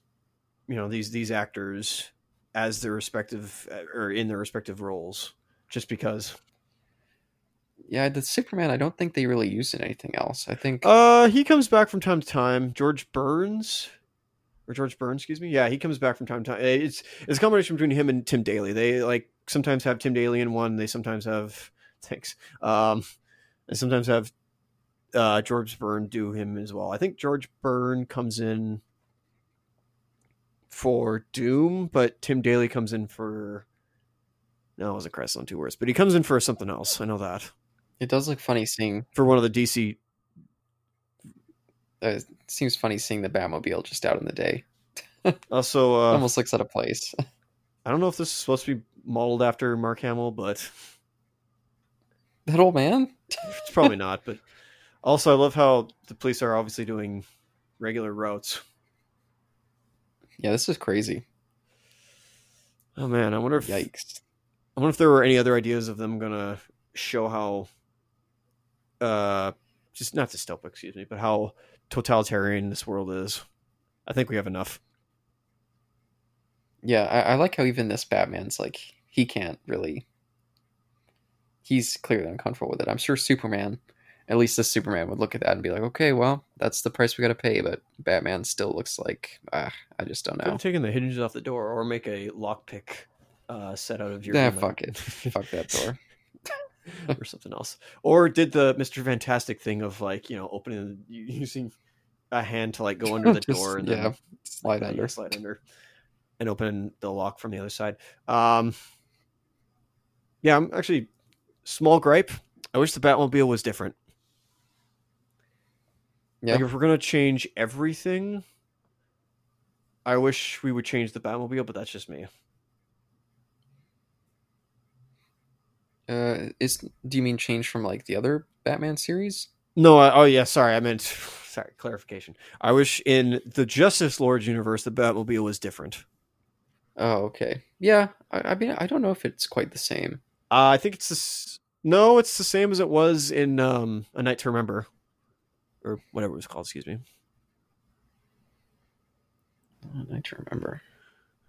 you know, these these actors as their respective or in their respective roles, just because.
Yeah, the Superman. I don't think they really used in anything else. I think
Uh, he comes back from time to time. George Burns, or George Burns, excuse me. Yeah, he comes back from time to time. Eh, It's it's a combination between him and Tim Daly. They like sometimes have Tim Daly in one. They sometimes have thanks. Um, and sometimes have uh George Byrne do him as well. I think George Byrne comes in for Doom, but Tim Daly comes in for. No, it was a Christ on two words, but he comes in for something else. I know that
it does look funny seeing.
for one of the DC.
Uh, it seems funny seeing the Batmobile just out in the day.
Also, uh,
Almost looks out of place.
I don't know if this is supposed to be modeled after Mark Hamill, but
that old man.
it's probably not. But also, I love how the police are obviously doing regular routes.
Yeah, this is crazy.
Oh man, I wonder if
Yikes.
I wonder if there were any other ideas of them gonna show how, uh, just not dystopic, excuse me, but how totalitarian this world is. I think we have enough.
Yeah, I, I like how even this Batman's like he can't really. He's clearly uncomfortable with it. I'm sure Superman, at least this Superman, would look at that and be like, "Okay, well, that's the price we got to pay." But Batman still looks like, ah, I just don't
Could
know.
have taken the hinges off the door or make a lockpick uh, set out of your
Nah,
window.
fuck it, fuck that door.
or something else. Or did the Mr. Fantastic thing of like, you know, opening u- using a hand to like go under the
Just,
door and
yeah,
then
slide
yeah,
under.
slide under and open the lock from the other side. Um Yeah, I'm actually small gripe. I wish the Batmobile was different.
Yeah.
Like if we're gonna change everything, I wish we would change the Batmobile, but that's just me.
Uh, is do you mean change from like the other Batman series?
No, I, oh yeah, sorry, I meant sorry, clarification. I wish in the Justice Lords universe the Batmobile was different.
Oh, okay. Yeah, I, I mean, I don't know if it's quite the same.
Uh, I think it's the s no, it's the same as it was in um, A Night to Remember, or whatever it was called. Excuse me.
I to remember.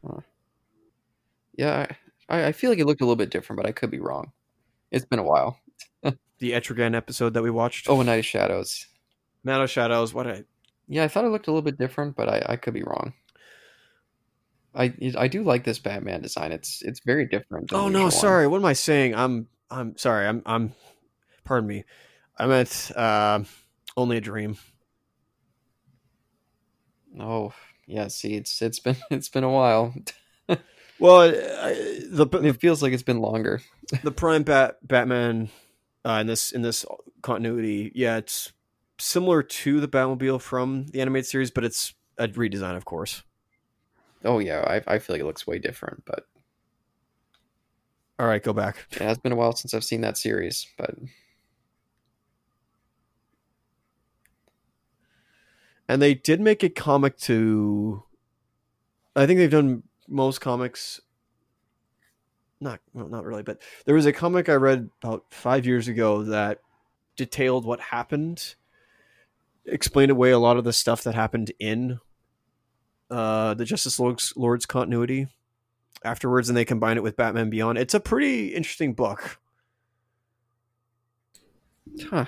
Huh. Yeah, I, I- I feel like it looked a little bit different, but I could be wrong. It's been a while.
The Etrigan episode that we watched.
Oh, and Night of Shadows.
Night of Shadows. What I
Yeah, I thought it looked a little bit different, but I, I could be wrong. I I do like this Batman design. It's it's very different. than
oh
the
no,
usual one.
sorry. What am I saying? I'm I'm sorry. I'm I'm. Pardon me. I meant uh, only a dream.
Oh yeah, see, it's it's been it's been a while.
Well, I, the
It feels like it's been longer.
the prime bat batman uh, in this in this continuity yeah it's similar to the batmobile from the animated series but it's a redesign of course
Oh yeah, I I feel like it looks way different, but
All right, go back.
yeah, it's been a while since I've seen that series. But
And they did make a comic to. I think they've done most comics. Not well, not really, but there was a comic I read about five years ago that detailed what happened, explained away a lot of the stuff that happened in uh, the Justice Lord's, Lord's continuity afterwards, and they combine it with Batman Beyond. It's a pretty interesting book.
huh,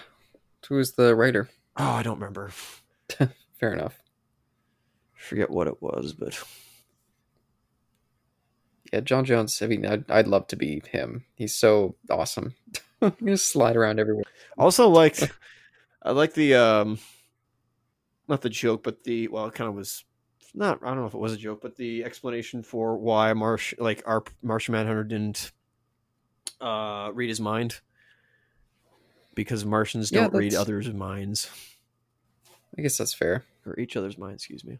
who is the writer?
Oh, I don't remember.
Fair enough.
Forget what it was, but
Yeah, John Jones. I mean, I'd, I'd love to be him. He's so awesome. I'm gonna slide around everywhere.
Also, like, I like the um, not the joke, but the well, it kind of was not. I don't know if it was a joke, but the explanation for why Marsh, like our Martian Manhunter, didn't uh read his mind because Martians
Yeah,
don't read
that's-
others' minds
I guess that's fair.
or each other's minds. Excuse me.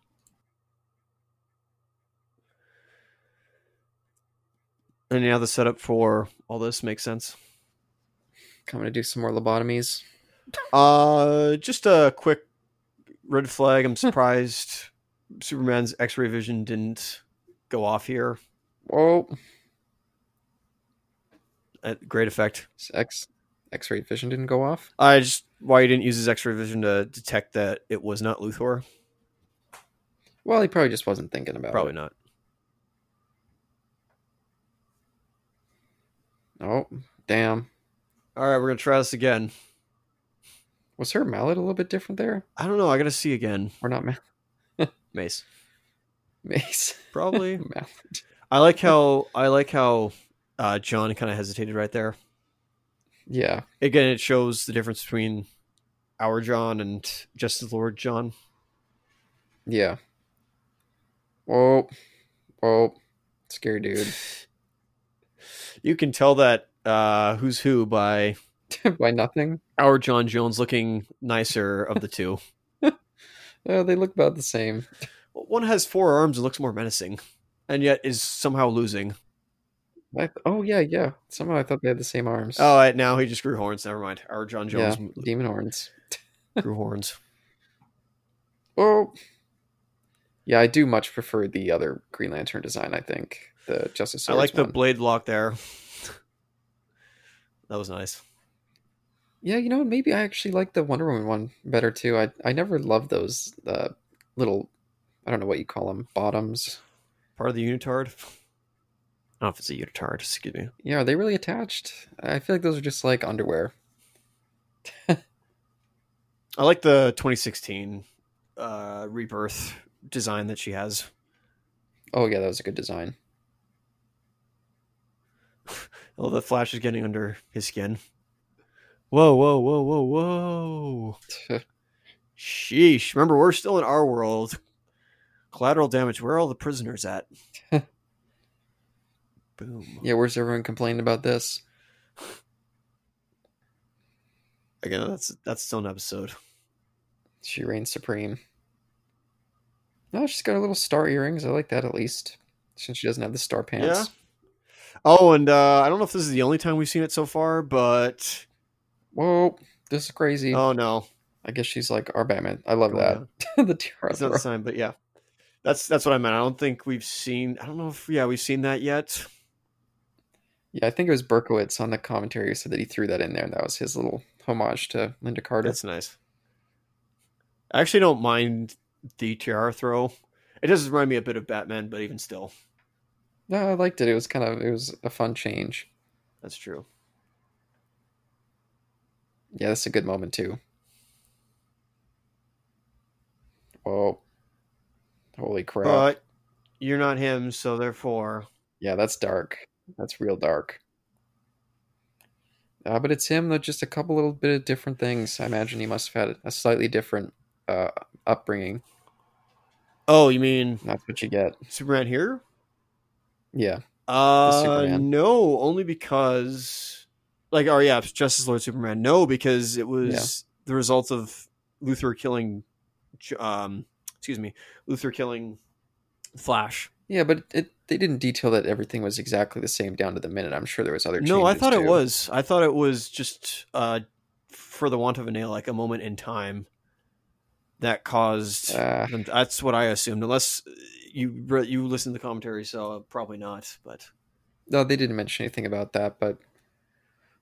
And now the setup for all this makes sense.
Coming to do some more lobotomies.
Uh, just a quick red flag. I'm surprised Superman's X-ray vision didn't go off here.
Whoa,
At great effect.
X X-ray vision didn't go off.
I just why he didn't use his X-ray vision to detect that it was not Luthor.
Well, he probably just wasn't thinking about
Probably
it.
not.
Oh, damn.
All right, we're gonna try this again.
Was her mallet a little bit different there?
I don't know. I gotta see again.
Or not mallet?
Mace.
Mace.
Probably.
mallet.
I like how I like how uh, John kind of hesitated right there.
Yeah.
Again, it shows the difference between our John and Justice Lord John.
Yeah. Whoa. Whoa. Scary dude.
You can tell that uh, who's who by
By nothing.
our John Jones looking nicer of the two.
Uh, they look about the same.
One has four arms and looks more menacing, and yet is somehow losing.
I, oh yeah, yeah. Somehow I thought they had the same arms.
Oh, right, now he just grew horns. Never mind. Our John
yeah.
Jones
Demon horns.
grew horns.
Oh. Yeah, I do much prefer the other Green Lantern design. I think the Justice.
I
Swords
like the
one.
blade lock there. That was nice.
Yeah, you know, and maybe I actually like the Wonder Woman one better too. I I never loved those uh, little, I don't know what you call them, bottoms.
Part of the unitard. I don't know if it's a unitard. Excuse me.
Yeah, are they really attached? I feel like those are just like underwear.
I like the 2016 uh, rebirth design that she has.
Oh yeah, that was a good design.
Oh, the Flash is getting under his skin. Whoa, whoa, whoa, whoa, whoa. Sheesh. Remember, we're still in our world. Collateral damage. Where are all the prisoners at? Boom.
yeah, where's everyone complaining about this?
Again, that's that's still an episode.
She reigns supreme. No, she's got her little star earrings. I like that at least, since she doesn't have the star pants.
Yeah. Oh, and uh, I don't know if this is the only time we've seen it so far, but
Whoa, this is crazy.
oh no,
I guess she's like our Batman. I love
Oh,
that. the tiara.
it's not the
throw.
same. But yeah, that's that's what I meant. I don't think we've seen. I don't know if yeah we've seen that yet.
Yeah, I think it was Berkowitz on the commentary who said that he threw that in there, and that was his little homage to Linda Carter.
That's nice. I actually don't mind the tiara throw. It does remind me a bit of Batman, but even still,
No, I liked it. It was kind of it was a fun change.
that's true.
Yeah, that's a good moment too. Whoa. Holy crap.
But you're not him, so therefore,
yeah, that's dark. That's real dark. Uh, but it's him though, just a couple little bit of different things. I imagine he must have had a slightly different uh, upbringing.
oh, you mean
That's what you get.
Superman here?
Yeah.
Uh,
Superman.
no, only because, like, oh yeah, Justice Lord Superman. No, because it was the result of Luthor killing, J- um, excuse me, Luthor killing Flash
Yeah, but it, they didn't detail that everything was exactly the same down to the minute. I'm sure there was other.
No, I
changes,
thought it
too.
was. I thought it was just uh, for the want of a nail, like a moment in time that caused.
Ah,
them- that's what I assumed, unless you re- you listen to the commentary. So uh, probably not. But
no, they didn't mention anything about that, but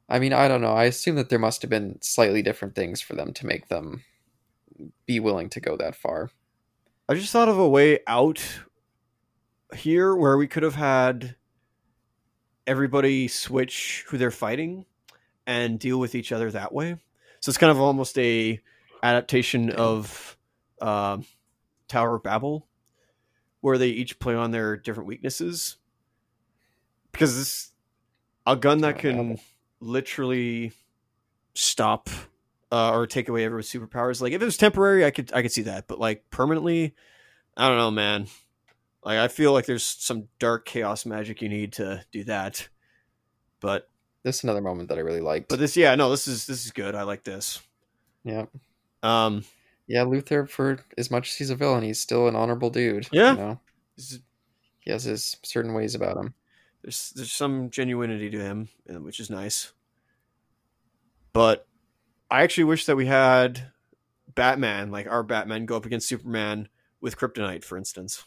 I mean, I don't know. I assume that there must have been slightly different things for them to make them be willing to go that far.
I just thought of a way out here where we could have had everybody switch who they're fighting and deal with each other that way. So it's kind of almost a adaptation of um Tower of Babel, where they each play on their different weaknesses. Because this a gun that
Tower of
can literally stop uh, or take away everyone's superpowers. Like if it was temporary, I could I could see that, but like permanently, I don't know, man. Like I feel like there's some dark chaos magic you need to do that. But
This is another moment that I really liked.
but this yeah no this is this is good. I like this.
yeah,
Um,
yeah. Luther, for as much as he's a villain, he's still an honorable dude.
Yeah.
you know?
this is-
he has his certain ways about him.
there's there's some genuinity to him, uh, which is nice. But I actually wish that we had Batman, like our Batman, go up against Superman with Kryptonite, for instance.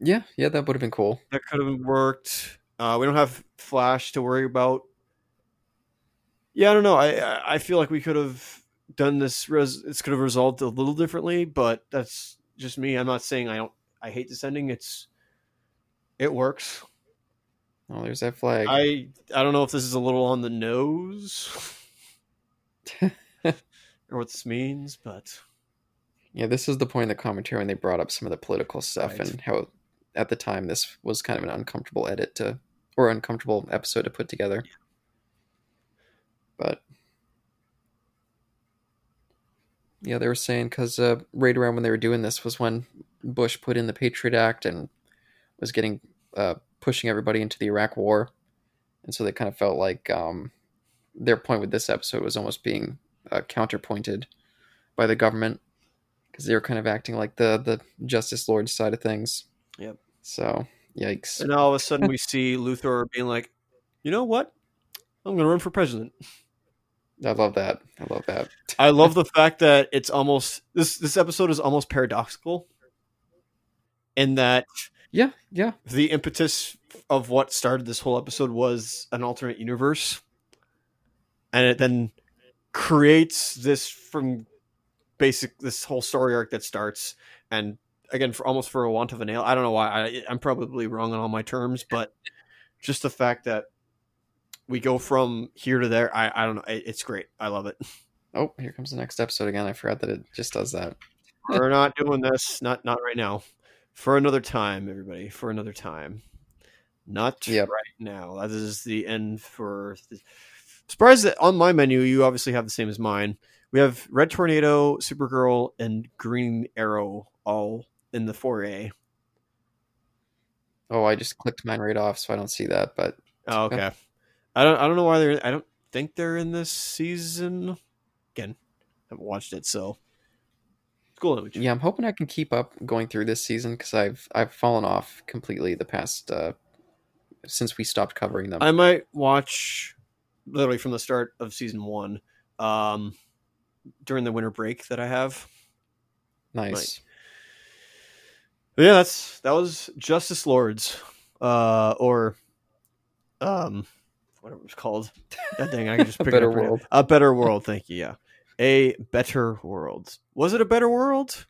Yeah, yeah, that would have been cool.
that could have worked. Uh, we don't have Flash to worry about. Yeah, I don't know. I I- I feel like we could have done this. Res- this could have resolved a little differently, but that's just me. I'm not saying I don't. I hate this ending. It's it works.
Oh, there's that flag.
I I don't know if this is a little on the nose or what this means, but
Yeah, this is the point in the commentary when they brought up some of the political stuff
Right.
and how at the time this was kind of an uncomfortable edit to or uncomfortable episode to put together. But yeah, they were saying because uh, right around when they were doing this was when Bush put in the Patriot Act and was getting uh, pushing everybody into the Iraq War, and so they kind of felt like um, their point with this episode was almost being uh, counterpointed by the government because they were kind of acting like the the Justice Lord side of things.
Yep.
So yikes.
and now all of a sudden we see Luthor being like, you know what? I'm gonna run for president.
I love that. I love that.
I love the fact that it's almost this this episode is almost paradoxical in that
Yeah, yeah,
the impetus of what started this whole episode was an alternate universe and it then creates this from basic this whole story arc that starts and again for almost for a want of a nail i don't know why I, i'm probably wrong on all my terms but just the fact that we go from here to there i, I don't know it, it's great i love it
Oh, here comes the next episode again. I forgot that it just does that.
we're not doing this not not right now for another time everybody for another time not
Yep.
right now that is the end for th- surprised that on my menu you obviously have the same as mine we have red tornado supergirl and green arrow all in the 4a
Oh, I just clicked mine right off, so I don't see that. But
oh, okay i don't i don't know why they're i don't think they're in this season again haven't watched it so school image
yeah, I'm hoping I can keep up going through this season because I've I've fallen off completely the past uh, since we stopped covering them.
I might watch literally from the start of season one um, during the winter break that I have.
nice.
But yeah, that's that was Justice Lords, uh, or um, whatever it's called. That thing I can just
A
pick
Better
it up right now.
World.
A better world. Thank you. Yeah, a better world. Was it a better world?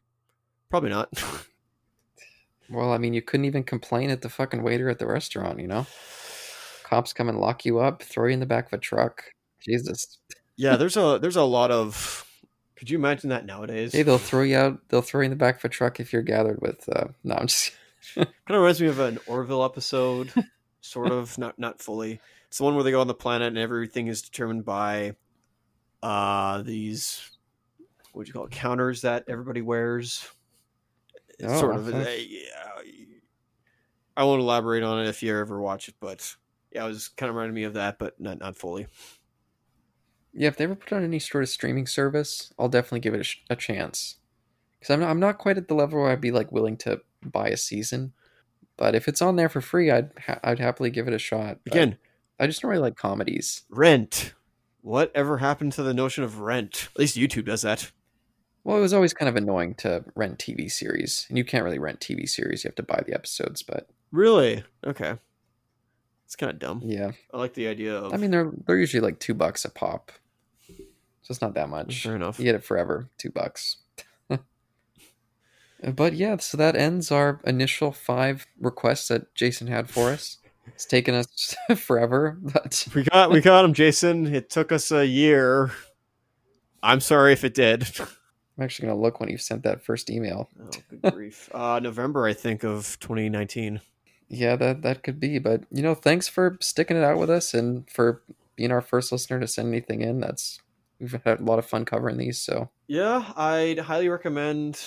Probably not.
Well, I mean, you couldn't even complain at the fucking waiter at the restaurant. You know, cops come and lock you up, throw you in the back of a truck. Jesus.
yeah, there's a there's a lot of. Could you imagine that nowadays?
Hey, they'll throw you out. They'll throw you in the back of a truck if you're gathered with. Uh, no, I'm just.
Kind of reminds me of an Orville episode, sort of, not not fully. It's the one where they go on the planet and everything is determined by uh these what do you call it, counters that everybody wears. It's
Oh,
sort of.
okay.
uh, yeah, I won't elaborate on it if you ever watch it, but yeah, it was kind of reminding me of that, but not not fully.
Yeah, if they ever put on any sort of streaming service, I'll definitely give it a, sh- a chance. Because I'm not, I'm not quite at the level where I'd be like willing to buy a season, But if it's on there for free, I'd ha- I'd happily give it a shot. But
Again,
I just don't really like comedies.
rent. Whatever happened to the notion of rent? At least YouTube does that.
Well, it was always kind of annoying to rent TV series, and you can't really rent TV series; you have to buy the episodes. But
Really? Okay. It's kind of dumb.
yeah,
I like the idea of.
I mean they're they're usually like two bucks a pop, so it's not that much.
fair enough.
You get it forever, two bucks. but yeah, so that ends our initial five requests that Jason had for us. It's taken us forever, but
We got we got him, Jason. It took us a year. I'm sorry if it did.
I'm actually gonna look when you sent that first email.
Oh, good grief. Uh, November, I think, of 2019.
Yeah, that that could be. But you know, thanks for sticking it out with us and for being our first listener to send anything in. That's we've had a lot of fun covering these. So
Yeah, I'd highly recommend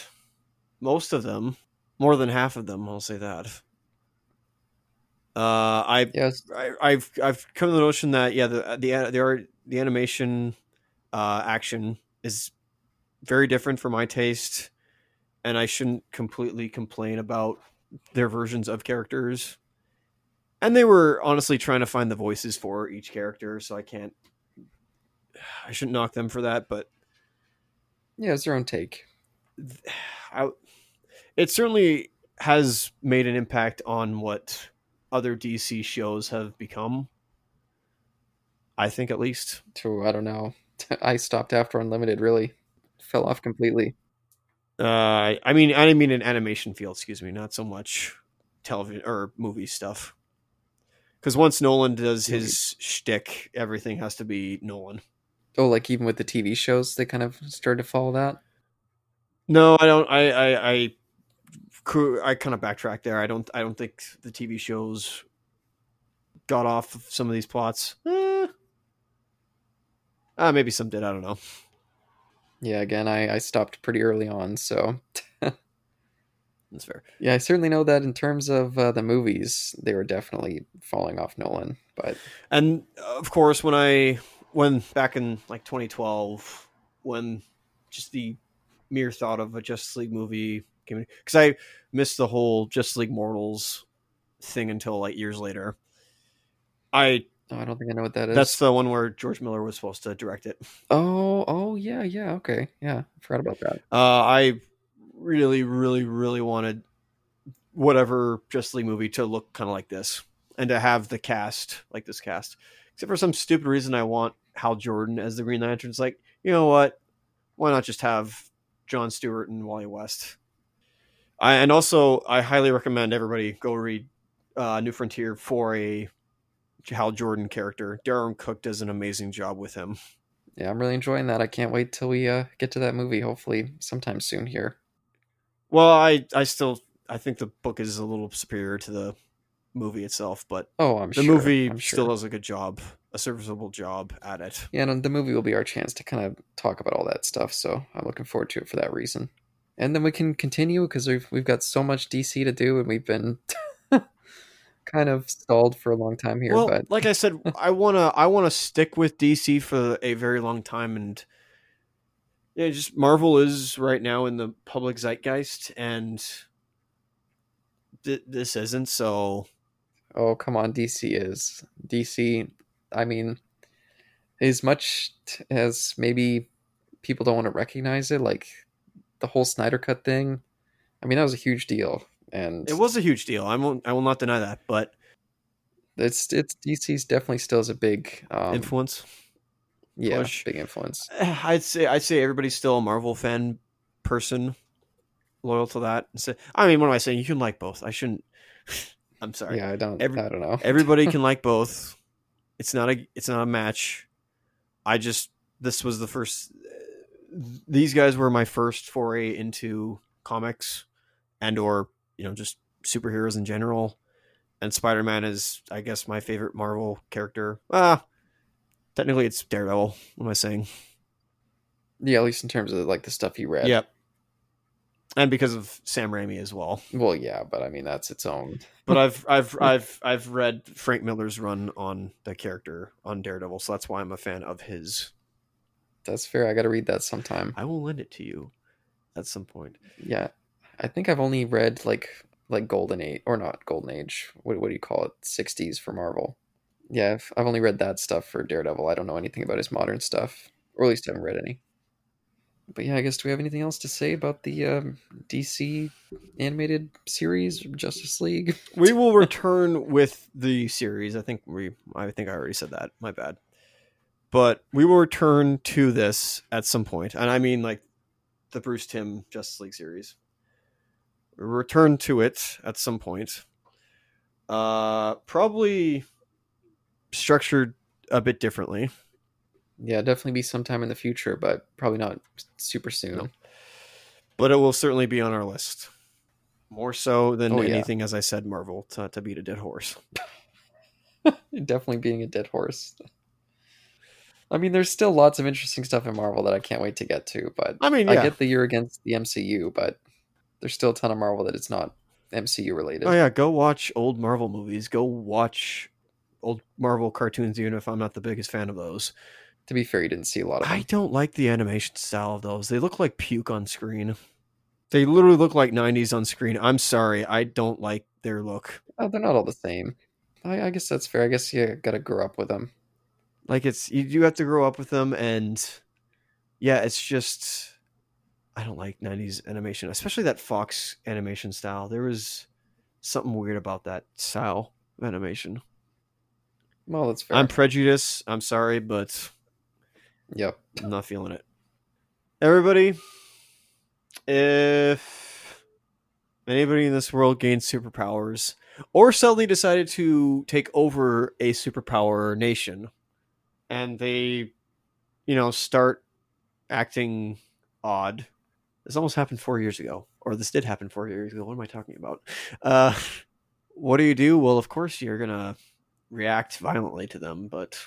most of them. More than half of them, I'll say that. Uh, I,
yes,
I I've I've come to the notion that yeah, the the the art, the animation uh, action is very different for my taste, and I shouldn't completely complain about their versions of characters. And they were honestly trying to find the voices for each character, so I can't. I shouldn't knock them for that, but
yeah, it's your own take.
I, it certainly has made an impact on what other DC shows have become. I think, at least.
To I don't know. I stopped after Unlimited. Really fell off completely.
Uh, I I mean, I mean, in animation field, excuse me, not so much television or movie stuff. Because once Nolan does his shtick, everything has to be Nolan.
Oh, like even with the TV shows, they kind of started to follow that.
No, I don't. I I I, cou- I kind of backtracked there. I don't. I don't think the TV shows got off of some of these plots. Eh. Uh, maybe some did. I don't know.
Yeah, again, I, I stopped pretty early on, so
That's fair.
yeah, I certainly know that in terms of uh, the movies, they were definitely falling off Nolan. But
And of course, when I when back in like 2012, when just the mere thought of a Justice League movie came because I missed the whole Justice League Mortals thing until like years later. I
no, I don't think I know what that is.
that's the one where George Miller was supposed to direct it.
oh, oh yeah, yeah, okay, yeah, I forgot about that.
Uh, I really, really, really wanted whatever Justice League movie to look kind of like this, and to have the cast like this cast. Except for some stupid reason, I want Hal Jordan as the Green Lantern. It's like, you know what? Why not just have John Stewart and Wally West? I, and also, I highly recommend everybody go read uh, New Frontier for a Hal Jordan character. Darren Cook does an amazing job with him.
Yeah, I'm really enjoying that. I can't wait till we uh, get to that movie. Hopefully, sometime soon here.
Well, I I still I think the book is a little superior to the movie itself, but
Oh, I'm
the
sure.
movie
I'm
still
sure.
does a good job, a serviceable job at it.
Yeah, and the movie will be our chance to kind of talk about all that stuff. So I'm looking forward to it for that reason. And then we can continue because we've we've got so much DC to do, and we've been kind of stalled for a long time here.
well,
but
like I said, I wanna I wanna stick with DC for a very long time, and yeah, just Marvel is right now in the public zeitgeist, and th- this isn't. So
oh come on, DC is DC. I mean, as much t- as maybe people don't want to recognize it, like the whole Snyder Cut thing. I mean, that was a huge deal, and
it was a huge deal. I won't I will not deny that, but
it's it's DC's definitely still is a big um,
influence.
yeah,
push.
big influence.
Eh, I'd say I'd say everybody's still a Marvel fan person, loyal to that. So, I mean, what am I saying? You can like both. I shouldn't. I'm sorry.
Yeah, I don't.
Every-
I don't know.
Everybody can like both. It's not a it's not a match. I just this was the first. uh, These guys were my first foray into comics, and or you know just superheroes in general. And Spider Man is, I guess, my favorite Marvel character. Ah, technically it's Daredevil. What am I saying?
yeah, at least in terms of like the stuff you read.
Yep. And because of Sam Raimi as well.
Well, yeah, but I mean that's its own.
But I've I've I've I've read Frank Miller's run on the character on Daredevil, so that's why I'm a fan of his.
That's fair. I got to read that sometime.
I will lend it to you at some point.
Yeah, I think I've only read like like golden age or not golden age. What what do you call it? Sixties for Marvel. Yeah, I've, I've only read that stuff for Daredevil. I don't know anything about his modern stuff, or at least haven't read any. But yeah, I guess do we have anything else to say about the um, DC animated series Justice League?
we will return with the series. I think we I think I already said that. My bad. But we will return to this at some point. And I mean like the Bruce Tim Justice League series. We'll return to it at some point. Uh probably structured a bit differently.
Yeah, definitely be sometime in the future, but probably not super soon.
No. But it will certainly be on our list. More so than
Oh, yeah.
anything, as I said, Marvel to, to beat a dead horse.
definitely being a dead horse. I mean, there's still lots of interesting stuff in Marvel that I can't wait to get to, but
I mean,
I
yeah.
get the year against the MCU, but there's still a ton of Marvel that it's not MCU related.
Oh yeah, go watch old Marvel movies. Go watch old Marvel cartoons, even if I'm not the biggest fan of those.
To be fair, you didn't see a lot of
I
them.
don't like the animation style of those. They look like puke on screen. They literally look like 90s on screen. I'm sorry, I don't like their look.
Oh, they're not all the same. I, I guess that's fair. I guess you gotta grow up with them.
Like it's you do have to grow up with them, and yeah, it's just I don't like 90s animation, especially that Fox animation style. There was something weird about that style of animation.
Well, that's fair.
I'm prejudiced. I'm sorry, but
Yep.
I'm not feeling it. Everybody, if anybody in this world gains superpowers or suddenly decided to take over a superpower nation and they, you know, start acting odd, this almost happened four years ago, or this did happen four years ago. What am I talking about? Uh, what do you do? Well, of course, you're going to react violently to them, but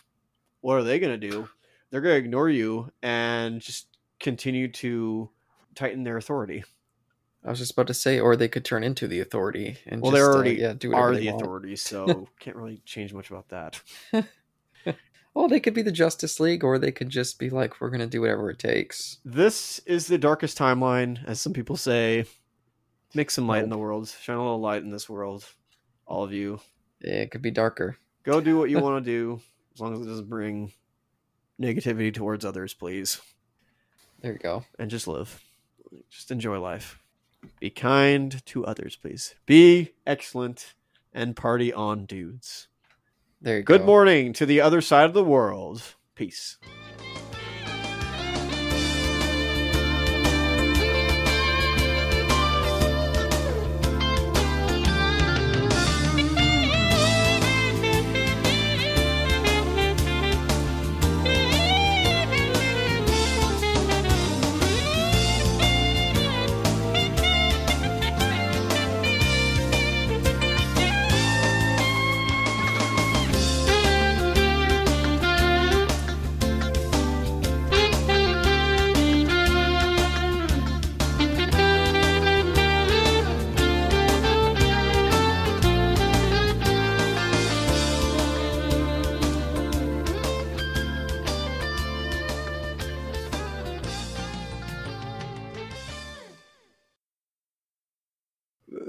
what are they going to do? they're going to ignore you and just continue to tighten their authority.
I was just about to say, or they could turn into the authority and
Well,
just,
they're
uh,
already
yeah, do whatever
Are
they
the
want.
authority, so can't really change much about that.
Well, they could be the Justice League, or they could just be like, we're gonna do whatever it takes.
This is the darkest timeline, as some people say. Make some light in the world. Shine a little light in this world, all of you.
It could be darker.
Go do what you want to do, as long as it doesn't bring negativity towards others, please.
There you go.
And just live. Just enjoy life. Be kind to others, please. Be excellent and party on, dudes.
There you go.
Good morning to the other side of the world. Peace.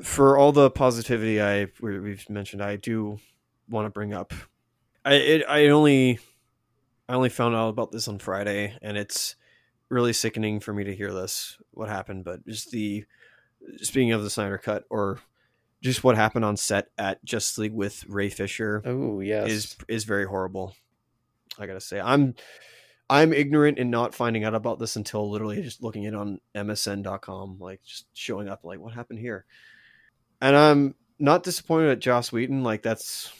for all the positivity I we- we've mentioned, I do want to bring up. I it, I only I only found out about this on Friday, and it's really sickening for me to hear this what happened. But just the speaking of the Snyder Cut, or just what happened on set at Just League with Ray Fisher
Oh yes.
is is very horrible. I gotta say, I'm I'm ignorant in not finding out about this until literally just looking it on MSN.com, like just showing up, like what happened here. And I'm not disappointed at Joss Wheaton. Like that's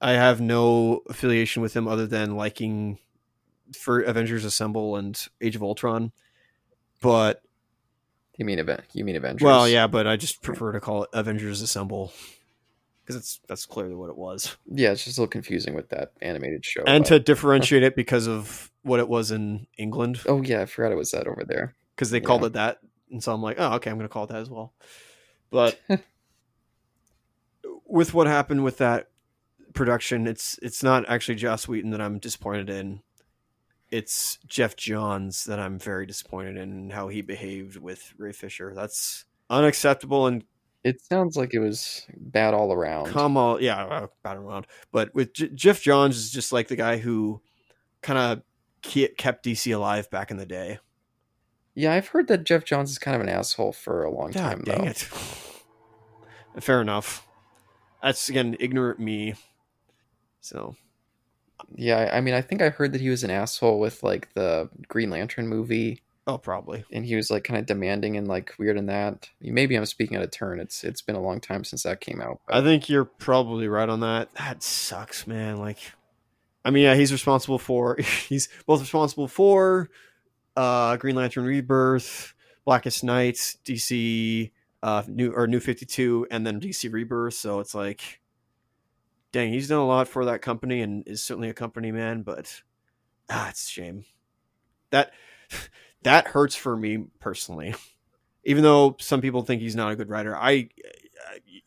I have no affiliation with him other than liking for Avengers Assemble and Age of Ultron. But
You mean event? You mean Avengers?
well, yeah, but I just prefer to call it Avengers Assemble because it's that's clearly what it was.
Yeah, it's just a little confusing with that animated show.
and
but-
to differentiate it because of what it was in England
oh yeah, I forgot it was that over there.
because they called it that, and so I'm like, oh, okay, I'm going to call it that as well. But with what happened with that production, it's it's not actually Joss Wheaton that I'm disappointed in. It's Jeff Johns that I'm very disappointed in how he behaved with Ray Fisher. That's unacceptable and
It sounds like it was bad all around.
Come on, yeah, uh, bad around. But with J- Jeff Johns is just like the guy who kind of ke- kept DC alive back in the day.
yeah, I've heard that Jeff Johns is kind of an asshole for a long time
God dang
though.
it. Fair enough. That's again ignorant me. So
Yeah, I- I mean, I think I heard that he was an asshole with like the Green Lantern movie,
oh, probably
and he was like kind of demanding and like weird in that. Maybe I'm speaking out of turn. It's it's been a long time since that came out. but-
I think you're probably right on that. That sucks, man. Like, I mean, yeah, he's responsible for he's both responsible for uh, Green Lantern Rebirth, Blackest Night, DC uh, new or New Fifty Two, and then DC Rebirth. So it's like, dang, he's done a lot for that company and is certainly a company man. But ah, it's a shame that that hurts for me personally. Even though some people think he's not a good writer, I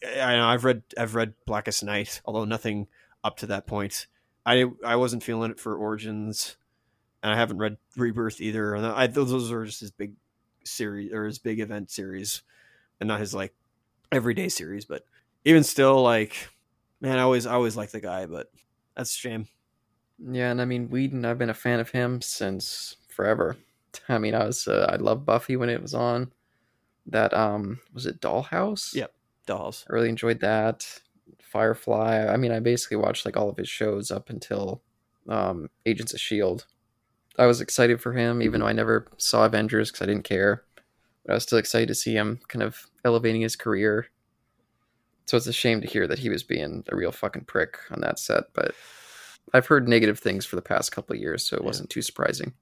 I, I know I've read I've read Blackest Night, although nothing up to that point. I I wasn't feeling it for Origins, and I haven't read Rebirth either. And I those, those are just his big series or his big event series, and not his like everyday series. But even still, like man, I always I always like the guy, but that's a shame.
Yeah, and I mean Whedon, I've been a fan of him since forever. I mean, I was uh, I loved Buffy when it was on. That um was it Dollhouse?
Yep. Dolls.
I really enjoyed that. Firefly. I mean, I basically watched like all of his shows up until um Agents of Shield. I was excited for him, even though I never saw Avengers because I didn't care. But I was still excited to see him kind of elevating his career. So it's a shame to hear that he was being a real fucking prick on that set, but I've heard negative things for the past couple of years, so it
Yeah.
wasn't too surprising.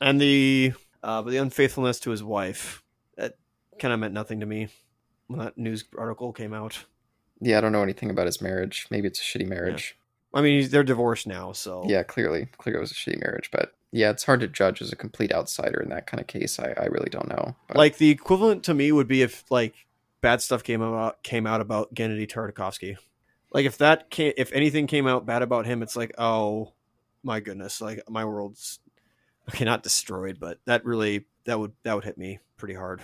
and the uh, but the unfaithfulness to his wife that kind of meant nothing to me when that news article came out.
Yeah, I don't know anything about his marriage. Maybe it's a shitty marriage.
I mean, he's- they're divorced now, so
Yeah, clearly, clearly it was a shitty marriage. But yeah, it's hard to judge as a complete outsider in that kind of case. I, I really don't know. But
Like the equivalent to me would be if like bad stuff came about came out about Gennady Tartakovsky. Like if that came, if anything came out bad about him, it's like oh my goodness, like my world's okay, not destroyed, but that really that would that would hit me pretty hard.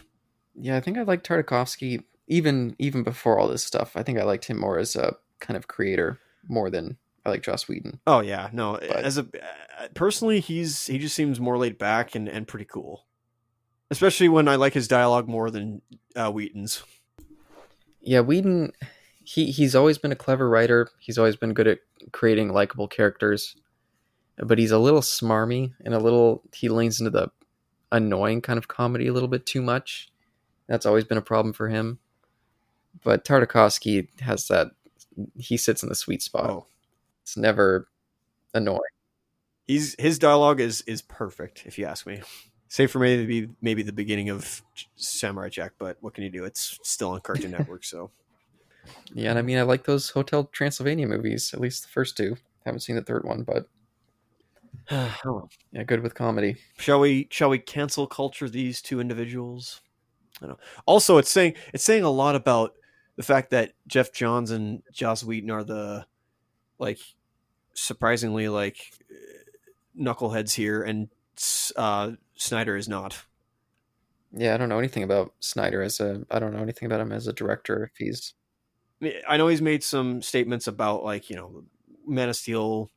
yeah, I think I liked Tartakovsky even even before all this stuff. I think I liked him more as a kind of creator more than I like Joss Whedon.
Oh yeah, no. as a personally, he's he just seems more laid back and and pretty cool. Especially when I like his dialogue more than uh, Wheaton's.
Yeah, Whedon, he he's always been a clever writer. He's always been good at creating likable characters, but he's a little smarmy and a little he leans into the annoying kind of comedy a little bit too much. That's always been a problem for him. But Tartakovsky has that. He sits in the sweet spot.
Oh,
It's never annoying.
he's his dialogue is is perfect if you ask me. Save for maybe maybe the beginning of Samurai Jack, but what can you do? It's still on Cartoon Network, so
Yeah, and I mean, I like those Hotel Transylvania movies. At least the first two. Haven't seen the third one, but
Oh, well.
yeah, good with comedy.
shall we shall we cancel culture these two individuals? I don't know. Also, it's saying it's saying a lot about the fact that Jeff Johns and Joss Wheaton are the like surprisingly like knuckleheads here, and uh, Snyder is not.
Yeah, I don't know anything about Snyder as a. I don't know anything about him as a director. If he's
I mean, I know he's made some statements about like you know Man of Steel.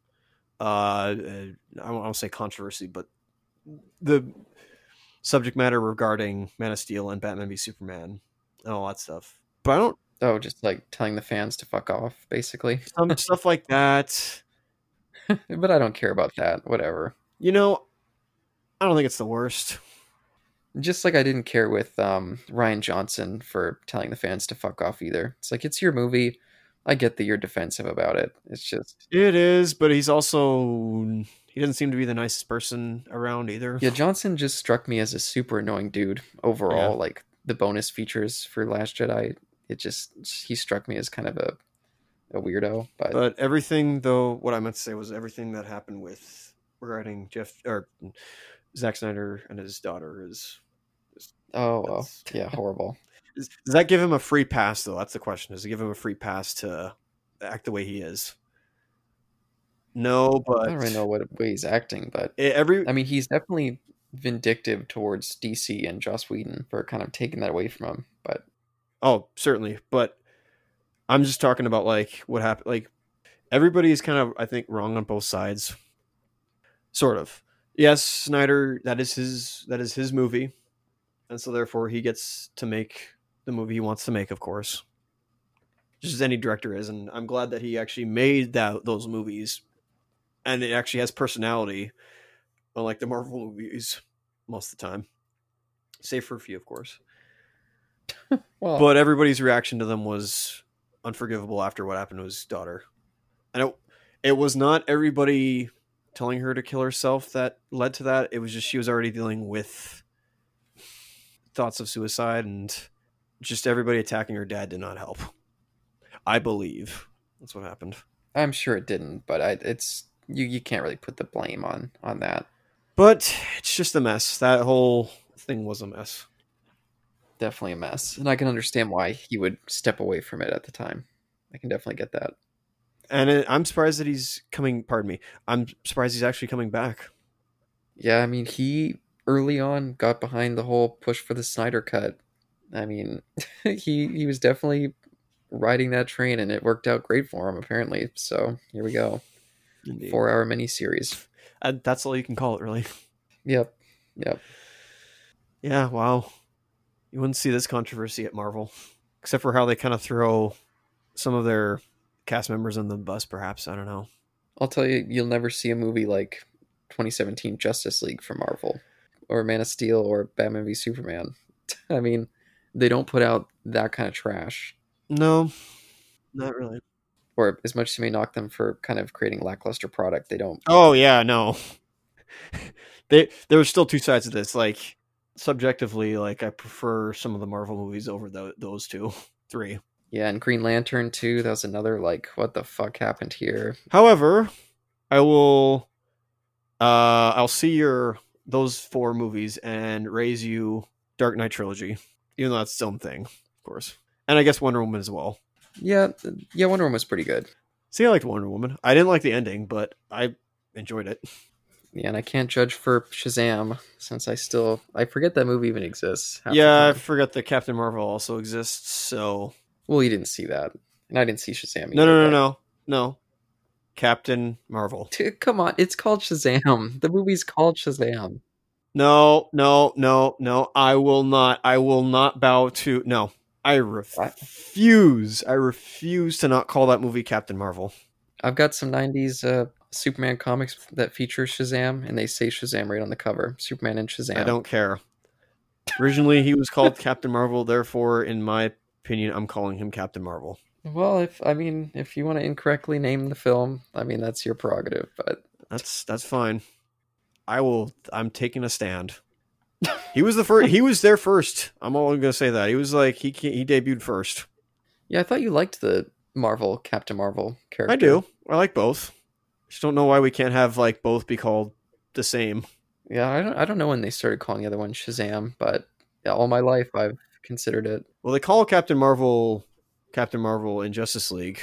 Uh, uh, I won't I won't say controversy, but the subject matter regarding Man of Steel and Batman v Superman and all that stuff. But I don't
oh, just like telling the fans to fuck off, basically.
some stuff like that.
but I don't care about that. Whatever.
You know, I don't think it's the worst.
Just like I didn't care with um, Ryan Johnson for telling the fans to fuck off either. It's like it's your movie. I get that you're defensive about it. It's just
It is, but he's also he doesn't seem to be the nicest person around either.
yeah. Johnson just struck me as a super annoying dude overall. Like the bonus features for Last Jedi, it just he struck me as kind of a a weirdo. But,
But everything, though, what I meant to say was everything that happened with regarding Jeff or Zack Snyder and his daughter is.
oh well,
that's-
yeah, horrible.
is does that give him a free pass, though? That's the question. Does it give him a free pass to act the way he is? No, but
I don't really know what way he's acting, but
e- every
I mean, he's definitely vindictive towards DC and Joss Whedon for kind of taking that away from him. But
Oh, certainly, but I'm just talking about like what happened. Like everybody's kind of, I think, wrong on both sides. Sort of. Yes, Snyder. That is his. That is his movie, and so therefore he gets to make the movie he wants to make. Of course, just as any director is, and I'm glad that he actually made that those movies, and it actually has personality, unlike the Marvel movies most of the time. Save for a few, of course
Well,
but everybody's reaction to them was unforgivable after what happened to his daughter and it, it was not everybody telling her to kill herself that led to that it was just she was already dealing with thoughts of suicide and just everybody attacking her dad did not help i believe that's what happened
I'm sure it didn't. But I, it's you. You can't really put the blame on on that.
but it's just a mess that whole thing was a mess
Definitely a mess, and I can understand why he would step away from it at the time. I can definitely get that.
and it, i'm surprised that he's coming pardon me i'm surprised he's actually coming back
Yeah, I mean, he early on got behind the whole push for the Snyder cut. I mean, he he was definitely riding that train, and it worked out great for him apparently. So here we go, four hour miniseries.
And uh, that's all you can call it really
Yep, yep.
Yeah, wow. You wouldn't see this controversy at Marvel, except for how they kind of throw some of their cast members on the bus, perhaps. I don't know.
I'll tell you, you'll never see a movie like 2017 Justice League from Marvel, or Man of Steel, or Batman v Superman. I mean, they don't put out that kind of trash.
No, not really.
Or as much as you may knock them for kind of creating lackluster product, they don't.
Oh, yeah, no. they There were still two sides of this. Like, subjectively, like, I prefer some of the Marvel movies over tho- those two, three.
Yeah, and Green Lantern too. That was another like, what the fuck happened here?
However, I will uh I'll see your those four movies and raise you Dark Knight trilogy, even though that's its own thing, of course. And I guess Wonder Woman as well.
Yeah, th- yeah, Wonder Woman was pretty good.
See, I liked Wonder Woman. I didn't like the ending, but I enjoyed it.
Yeah, and I can't judge for Shazam since I still I forget that movie even exists. half the
yeah, I
time.
forgot that Captain Marvel also exists. So
Well, you didn't see that, and I didn't see Shazam.
no,
either, but-
no, no, no, no. Captain Marvel.
Dude, come on, it's called Shazam. The movie's called Shazam.
No, no, no, no. I will not. I will not bow to. No, I
What?
refuse. I refuse to not call that movie Captain Marvel.
I've got some '90s uh, Superman comics that feature Shazam, and they say Shazam right on the cover. Superman and Shazam.
I don't care. Originally, he was called Captain Marvel. Therefore, in my opinion, I'm calling him Captain Marvel.
Well, if I mean, if you want to incorrectly name the film, I mean that's your prerogative. But
That's that's fine. I will. I'm taking a stand. He was the first. He was there first. I'm only gonna say that he was like he ca- he debuted first.
yeah, I thought you liked the Marvel Captain Marvel character.
I do. I like both. Just don't know why we can't have like both be called the same.
Yeah, I don't. I don't know when they started calling the other one Shazam, but yeah, all my life I've considered it.
Well, they call Captain Marvel Captain Marvel in Justice League.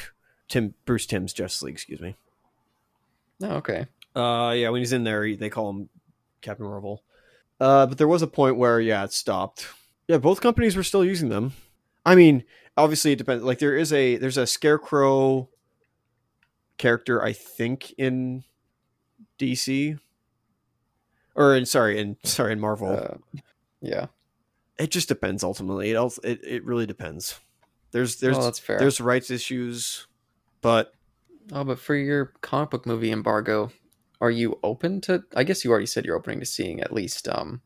Tim Bruce Tim's Justice League, excuse me.
No, Oh, okay.
Uh yeah, when he's in there, he- they call him Captain Marvel. Uh but there was a point where yeah, it stopped. Yeah, both companies were still using them. I mean, obviously it depends. Like there is a there's a Scarecrow character I think in DC or in sorry, in sorry, in Marvel.
Uh, yeah.
it just depends ultimately. It also, it, it really depends. There's there's
well, that's fair.
there's rights issues, but
Oh, but for your comic book movie embargo, are you open to? I guess you already said you're opening to seeing at least um,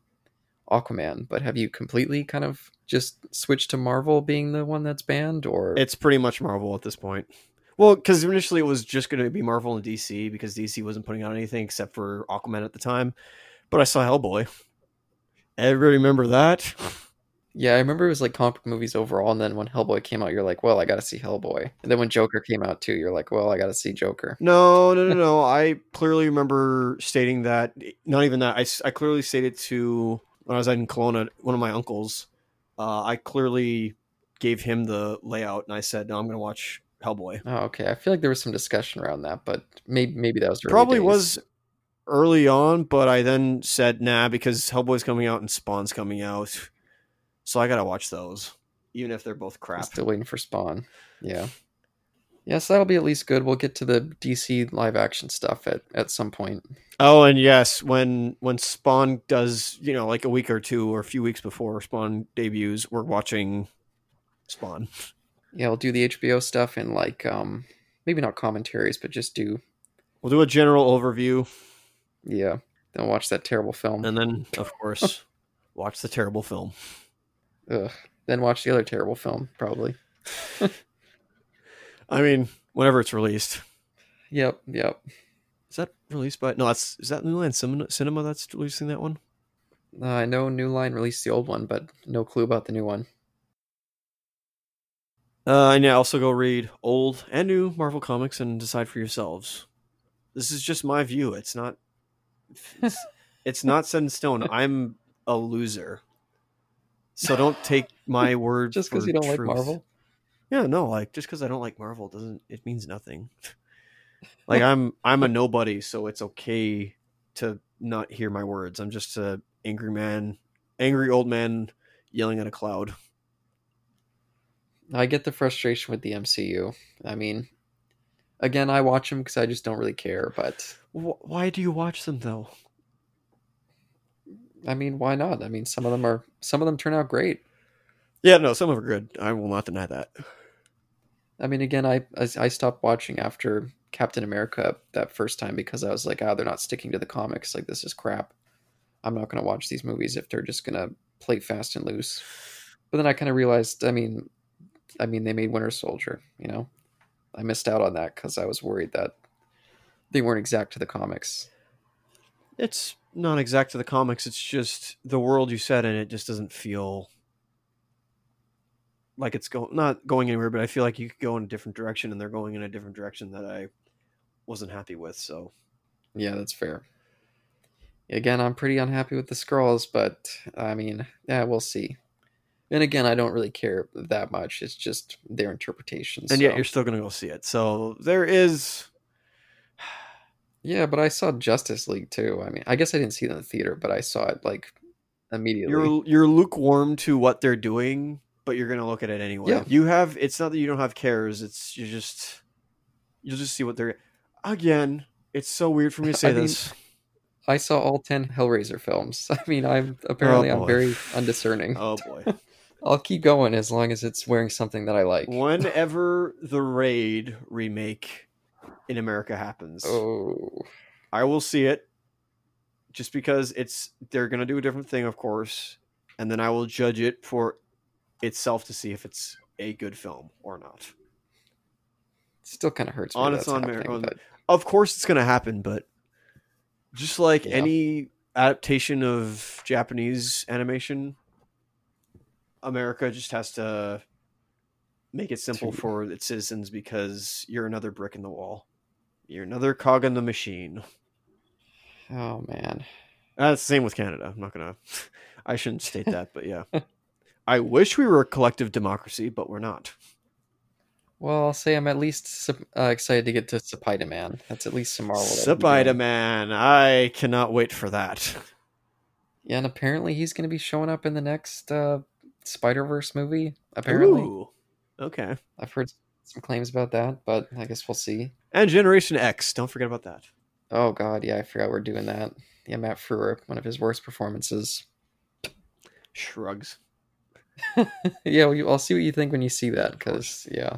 Aquaman, but have you completely kind of just switched to Marvel being the one that's banned, or
it's pretty much Marvel at this point. Well, because initially it was just going to be Marvel and DC because DC wasn't putting out anything except for Aquaman at the time. But I saw Hellboy. Everybody remember that?
yeah, I remember it was like comic book movies overall, and then when Hellboy came out, you're like, well, I got to see Hellboy, and then when Joker came out too, you're like, well, I got to see
Mm.
Joker.
No, no, no, no. I clearly remember stating that. Not even that. I, s- I clearly stated to when I was out in Kelowna, one of my uncles. Uh, I clearly gave him the layout, and I said, "No, I'm going to watch Hellboy."
Oh, okay. I feel like there was some discussion around that, but maybe maybe that was early
Probably
days.
was early on, but I then said, "Nah," because Hellboy's coming out and Spawn's coming out, so I got to watch those. even if they're both crap.
Still waiting for Spawn. Yeah. Yeah, so that'll be at least good. We'll get to the DC live action stuff at, at some point.
Oh, and yes, when when Spawn does, you know, like a week or two or a few weeks before Spawn debuts, we're watching Spawn.
Yeah, I'll do the HBO stuff and like um maybe not commentaries, but just do
We'll do a general overview,
yeah. Then watch that terrible film.
and then of course, watch the terrible film.
Ugh. Then watch the other terrible film, probably.
I mean, whenever it's released.
Yep, yep.
Is that released by? No, that's is that New Line Cinema, Cinema that's releasing that one?
Uh, I know New Line released the old one, but no clue about the new one.
Uh, and yeah, also go read old and new Marvel comics and decide for yourselves. This is just my view. It's not. It's, it's not set in stone. I'm a loser, so don't take my word
Just because
for
you don't like
truth.
Marvel?
Yeah, no, like just because I don't like Marvel doesn't it means nothing. like I'm I'm a nobody, so it's okay to not hear my words. I'm just a angry man, angry old man yelling at a cloud.
I get the frustration with the MCU. I mean, again, I watch them because I just don't really care. But
Wh- why do you watch them though?
I mean, why not? I mean, some of them are some of them turn out great.
Yeah, no, some of them are good. I will not deny that.
I mean, again, I I I stopped watching after Captain America that first time because I was like, ah, they're not sticking to the comics. Like this is crap. I'm not going to watch these movies if they're just going to play fast and loose. But then I kind of realized, I mean, I mean, they made Winter Soldier. You know, I missed out on that because I was worried that they weren't exact to the comics.
It's not exact to the comics. It's just the world you set in it just doesn't feel like it's going not going anywhere. But I feel like you could go in a different direction, and they're going in a different direction that I wasn't happy with. So
Yeah, that's fair. Again, I'm pretty unhappy with the scrolls, but I mean, yeah, we'll see. And again, I don't really care that much. It's just their interpretations.
and yet
so-
you're still gonna go see it. So there is
yeah, but I saw Justice League too. I mean, I guess I didn't see it in the theater, but I saw it like immediately.
you're you're lukewarm to what they're doing, but you're gonna look at it anyway.
Yeah.
You have it's not that you don't have cares. It's you just you'll just see what they're again. It's so weird for me to say
I mean,
this.
I saw all ten Hellraiser films. I mean, I'm apparently
Oh, boy.
I'm very undiscerning.
oh boy.
I'll keep going as long as it's wearing something that I like.
Whenever the Raid remake in America happens,
Oh,
I will see it just because it's they're going to do a different thing, of course, and then I will judge it for itself to see if it's a good film or not.
still kind of hurts. me
On
that's
its own merit,
happening,
on-
but
Of course, it's going to happen, but just like
Yeah.
any adaptation of Japanese animation, America just has to make it simple
To-
for its citizens because you're another brick in the wall. You're another cog in the machine.
oh man,
Uh, it's the same with Canada. I'm not gonna. I shouldn't state that, but yeah, I wish we were a collective democracy, but we're not.
Well, I'll say I'm at least sup- uh, excited to get to Spider Man. That's at least some Marvel. that we'll be doing.
Spider Man, I cannot wait for that.
Yeah, and apparently he's going to be showing up in the next uh, Spider Verse movie. Apparently,
Ooh. okay.
I've heard some claims about that, but I guess we'll see.
And Generation X, don't forget about that.
Oh God, yeah, I forgot we're doing that. Yeah, Matt Frewer, one of his worst performances.
Shrugs.
yeah, well, you, I'll see what you think when you see that, because yeah,